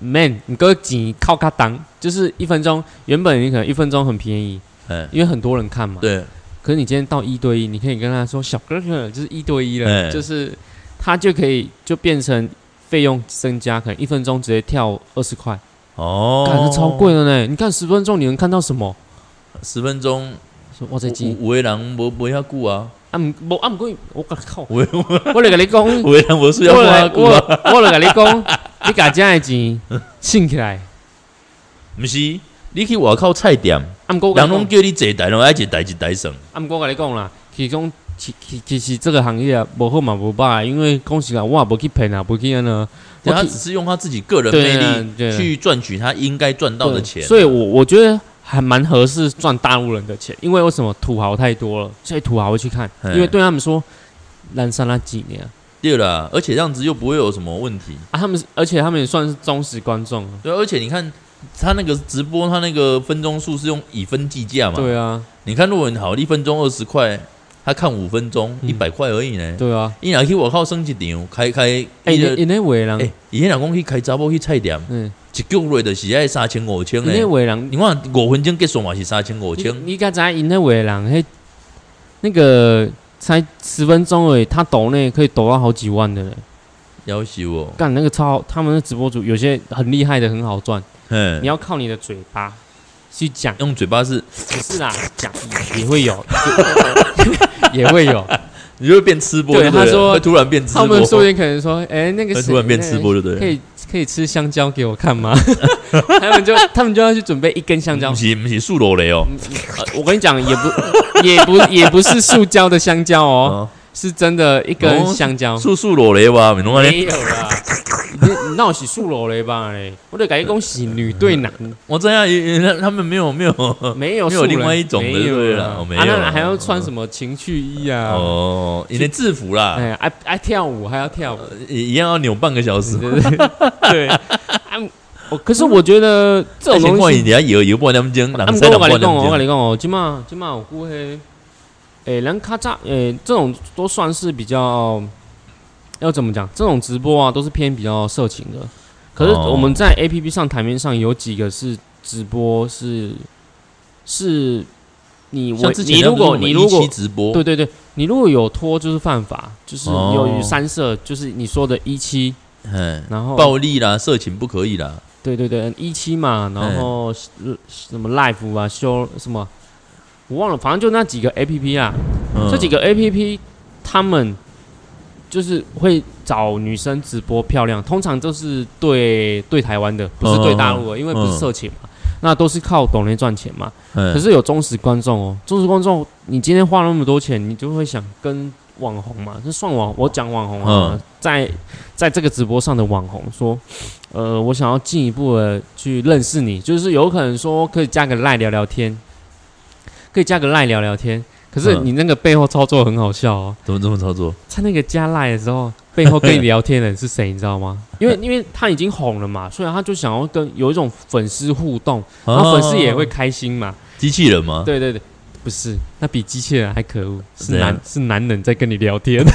B: ，man，你哥钱靠卡当，就是一分钟，原本你可能一分钟很便宜，
A: 哎，
B: 因为很多人看嘛。
A: 对，
B: 可是你今天到一对一，你可以跟他说小哥哥，就是一对一了，
A: 哎
B: 就是他就可以就变成费用增加，可能一分钟直接跳二十块，感
A: 哦
B: 觉，超贵，的呢。你看十分钟你能看到什么？
A: 十分钟，
B: 说哇塞，
A: 有
B: 钱
A: 有的人无无遐久啊， [laughs]
B: 啊唔，无啊唔过我靠，
A: 有的
B: 我来跟你讲， [laughs] 我
A: 有的人无需要无
B: 来
A: 遐久啊，
B: 我我来跟你
A: [laughs]
B: 讲，你家家的钱省起来，
A: 毋是，你去外口菜店，
B: 啊唔过我跟
A: 人
B: 你
A: 拢
B: 讲，
A: 叫你坐台，拢爱一台一台算，
B: 啊唔过我跟你讲啦，其中其其其实这个行业啊，无好嘛无歹，因为讲实话我也无去骗啊，无去安呢，我
A: 他
B: 去
A: 只是用他自己个人
B: 对
A: 魅
B: 啊
A: 力
B: 对啊
A: 去赚取他应该赚到的
B: 对
A: 钱，
B: 所以我我觉得还蛮合适赚大陆人的钱，因为为什么土豪太多了，所以土豪会去看，
A: 嘿
B: 因为对他们说，南山那几年啊，
A: 对啦，而且这样子又不会有什么问题。
B: 啊他们是而且他们也算是忠实观众啊，
A: 对，而且你看他那个直播，他那个分钟数是用以分计价嘛。，
B: 对啊，
A: 你看论文好，一分钟二十块，他看五分钟
B: 嗯
A: 一百块而已呢。
B: 对啊，
A: 伊若去外口耍一场，开开，
B: 哎，
A: 伊就
B: 你你那伟人
A: 哎，，伊迄若讲去开查某去菜店，
B: 嗯。
A: 一局落就是爱三千五千
B: 因迄
A: 呢。
B: 伟人，
A: 你看五分钟结束嘛是三千五
B: 你
A: 千，
B: 你敢知因迄伟人，迄那个才十分钟而已，他抖内可以抖到好几万的嘞。
A: 夭寿哦。
B: 干那个超，他们的直播主有些很厉害的，很好赚。你
A: 嗯，
B: 要靠你的嘴巴去讲，
A: 用嘴巴是，
B: 不是啦，讲也会有， [laughs] 也会
A: [laughs]
B: 有。
A: 你就会变吃播。
B: 对
A: 不
B: 他说
A: 会突然变吃播，
B: 他们说也可能说，哎、那个
A: 会
B: 谁哎
A: 突然变吃播，，对不
B: 那个可
A: 对？
B: 以可以吃香蕉给我看吗？ [laughs] 他们就他们就要去准备一根香蕉
A: 不。是不是素罗雷哦。
B: 呃我跟你讲，也不也不也不是塑胶的香蕉哦。
A: 哦，
B: 是真的一根香蕉，
A: 素素罗雷吧，闽东安
B: 没有啦，你那我是树楼嘞吧嘞，我得改恭喜女对男，
A: 我这样也，他他们没有没有
B: 没有
A: 哦没有
B: 素人
A: 另外一种的
B: 没
A: 对
B: 有
A: 啦
B: 啦
A: 哦没
B: 啊
A: 有
B: 那
A: 啦
B: 还要穿什么情趣衣 [laughs] 啊？
A: 哦，你的制服啦，
B: 哎，爱爱跳舞还要跳
A: [laughs]
B: 舞，
A: 也一样要扭半个小时。
B: 对对对对， [laughs] 啊，我可是我觉得这种
A: 情
B: 东
A: 况
B: 西，
A: 你要摇摇半点钟，
B: 啊
A: 人
B: 不
A: 塞
B: 过
A: 人半
B: 我跟你
A: 点
B: 讲哦，我跟
A: 钟。
B: 你讲哦，今嘛今嘛我估黑，哎，人咔嚓，哎，这种都算是比较要怎么讲？这种直播啊，都是偏比较色情的。可是
A: 哦
B: 我们在 A P P 上台面上有几个是直播是是你我
A: 像之前
B: 你如果你如
A: 一
B: 果
A: 期直播，
B: 对对对，你如果有拖就是犯法，就是
A: 哦
B: 由于三色，就是你说的一期，
A: 嗯，
B: 然后
A: 暴力啦、色情不可以啦，
B: 对对对一期嘛，然后呃什么 Life 啊，修什么我忘了，反正就那几个 A P P 啊，
A: 嗯
B: 这几个 A P P 他们就是会找女生直播漂亮，通常都是对对台湾的，不是对大陆的，因为不是色情嘛，那都是靠抖音赚钱嘛。可
A: 嗯
B: 是有忠实观众哦，忠实观众，你今天花那么多钱，你就会想跟网红嘛，就算网我讲网红啊，
A: 嗯
B: 在在这个直播上的网红说，呃，我想要进一步的去认识你，就是有可能说可以加个赖聊聊天，可以加个赖聊聊天。可是
A: 嗯
B: 你那个背后操作很好笑哦，
A: 怎么怎么操作？
B: 他那个加赖的时候，背后跟你聊天的人是谁，你知
A: [laughs]
B: 道吗？因为因为他已经红了嘛，所以他就想要跟有一种粉丝互动，然后粉丝也会
A: 哦
B: 开心嘛。
A: 机器人吗？
B: 对对对，不是，那比机器人还可恶，是
A: 啊怎样
B: 男是男人在跟你聊天， [laughs]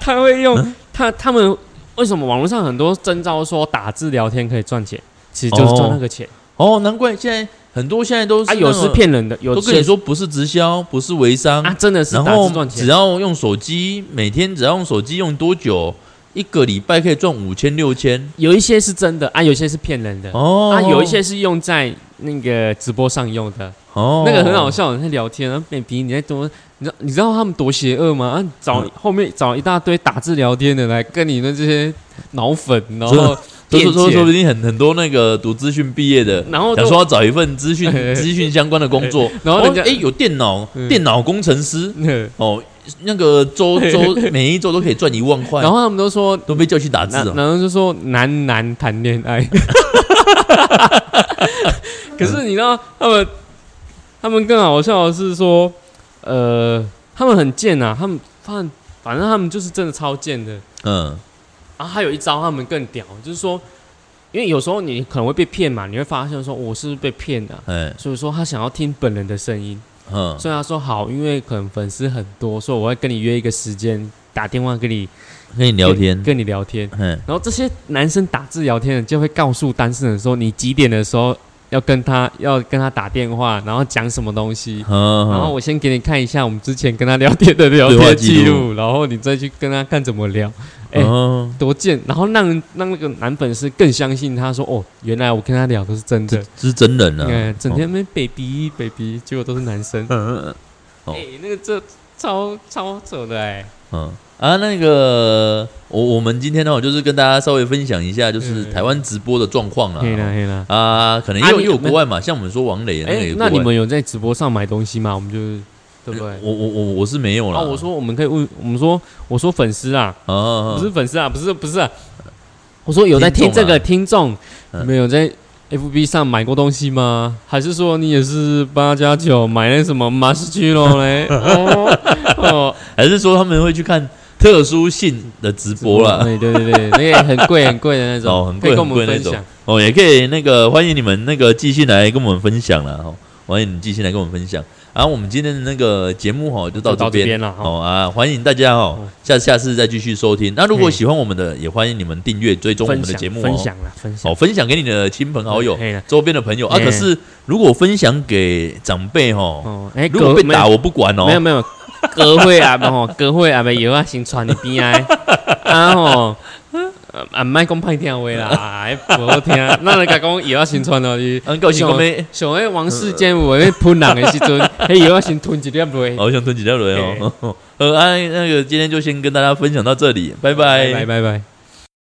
B: 他会
A: 嗯
B: 用他他们为什么网络上很多征兆说打字聊天可以赚钱，其实就是赚那个钱，
A: 哦，难怪现在很多现在都是
B: 啊有
A: 那种
B: 是骗人的，有
A: 都跟你
B: 些
A: 说不是直销，不是微商，
B: 啊真的是
A: 然
B: 打
A: 后
B: 字赚
A: 只
B: 钱，
A: 要用手机，每天只要用手机用多久，一个礼拜可以赚五千六千
B: 有一些是真的啊，有一些是骗人的。
A: 哦。
B: 啊，有一些是用在那个直播上用的，
A: 哦，
B: 那个很好笑，在聊天，然后 baby 你在多，你知道你知道他们多邪恶吗？啊，找、
A: 嗯
B: 后面找一大堆打字聊天的来跟你的这些脑粉，然
A: 真的
B: 后
A: 都是
B: 骗
A: 说
B: 钱
A: 说不定很很多那个读资讯毕业的，
B: 然后
A: 想
B: [laughs] 都
A: 说要找一份资
B: [laughs]
A: 讯资讯相关的工作，
B: 然后人家
A: 哎有电脑
B: 嗯
A: 电脑工程师
B: 嗯
A: 哦，那个周周每一周都可以赚一万块
B: [laughs] 然，后他们都说，
A: 都被叫去打字
B: 然
A: 哦。
B: 然后就说男男谈恋爱，
A: [laughs]
B: 可是你知道他们，他们更好笑的是说，呃，他们很贱啊，他们他们反正他们就是真的超贱的。
A: 嗯，
B: 然后啊还有一招他们更屌，就是说，因为有时候你可能会被骗嘛，你会发现说哦我是不是被骗的啊、
A: 哎，
B: 所以说他想要听本人的声音，
A: 嗯，
B: 所以他说好，因为可能粉丝很多，所以我会跟你约一个时间，打电话跟你
A: 跟你聊天
B: 跟，跟你聊天。
A: 嗯，
B: 然后这些男生打字聊天的就会告诉单身人说，你几点的时候要跟他要跟他打电话，然后讲什么东
A: 嗯
B: 西。然后
A: 好，
B: 我先给你看一下我们之前跟他聊天的聊
A: 哦对话
B: 天
A: 记
B: 记
A: 录
B: 录，然后你再去跟他看怎么聊。哎
A: 哦
B: 多贱，然后让让那个男粉丝更相信他说，哦，原来我跟他聊都是真的，
A: 这是真人
B: 你
A: 啊
B: 看，整天那边 baby baby，结果都是男生，哎、
A: 嗯哦
B: 那个这超超扯的哎、
A: 嗯啊，那个我我们今天呢，就是跟大家稍微分享一下，就是
B: 嗯
A: 台湾直播的状况
B: 黑啦
A: 啦。
B: 黑啦，
A: 啊，可能也
B: 啊
A: 有
B: 你
A: 也有国外嘛，像我们说王磊那
B: 哎、
A: 个也有
B: 那你
A: 国外，
B: 们有在直播上买东西吗？我们就是对不对？
A: 我我我我是没有啦。
B: 哦，我说我们可以问，我们说我说粉丝啊，
A: 啊，
B: 不是粉丝啊，不是不是、啊，我说有在
A: 听
B: 听
A: 众啊
B: 这个听众，
A: 嗯
B: 你们有在 FB 上买过东西吗？还是说你也是八加九买那什么马斯基
A: [laughs]
B: 咯嘞？哦哦，
A: 还是说他们会去看特殊性的直播啦？
B: 哦对对对对，那个很贵很贵的那种，
A: 哦很
B: 可以
A: 贵
B: 跟我们
A: 很贵那
B: 分
A: 种
B: 享。
A: 哦，也可以那个欢迎你们那个寄信来跟我们分享啦。哦，欢迎你寄信来跟我们分享。然后我们今天的那个节目哈就到
B: 就到这边了嗯哈
A: 哦啊，欢迎大家哦，下下次再继续收听。那如果喜欢我们的，也欢迎你们订阅追踪我们
B: 分
A: 的
B: 享
A: 节目
B: 分
A: 哦。
B: 享啦，分享
A: 哦，分享给你的亲朋好友
B: 嘿啦、
A: 周边的朋友啊。
B: 嘿
A: 可是如果分享给长辈哦，
B: 哦，哎，
A: 如果
B: 哥
A: 被
B: 没有
A: 打我不管哦
B: 没。有没有，歌会啊，吼，歌会啊，没有啊，先传你
A: [laughs]
B: 边来，啊吼，啊啊，莫讲歹听话啦，哎，不好听，咱来甲讲药啊先传落去。
A: 嗯，告诉我们，
B: 像迄王
A: 呃
B: 世坚有咧喷人的时阵，
A: [laughs]
B: 迄药啊先吞一粒落。
A: 好 [laughs] 想吞几条轮哦。呃，啊，那个今天就先跟大家分享到这里，拜拜，
B: 拜拜拜。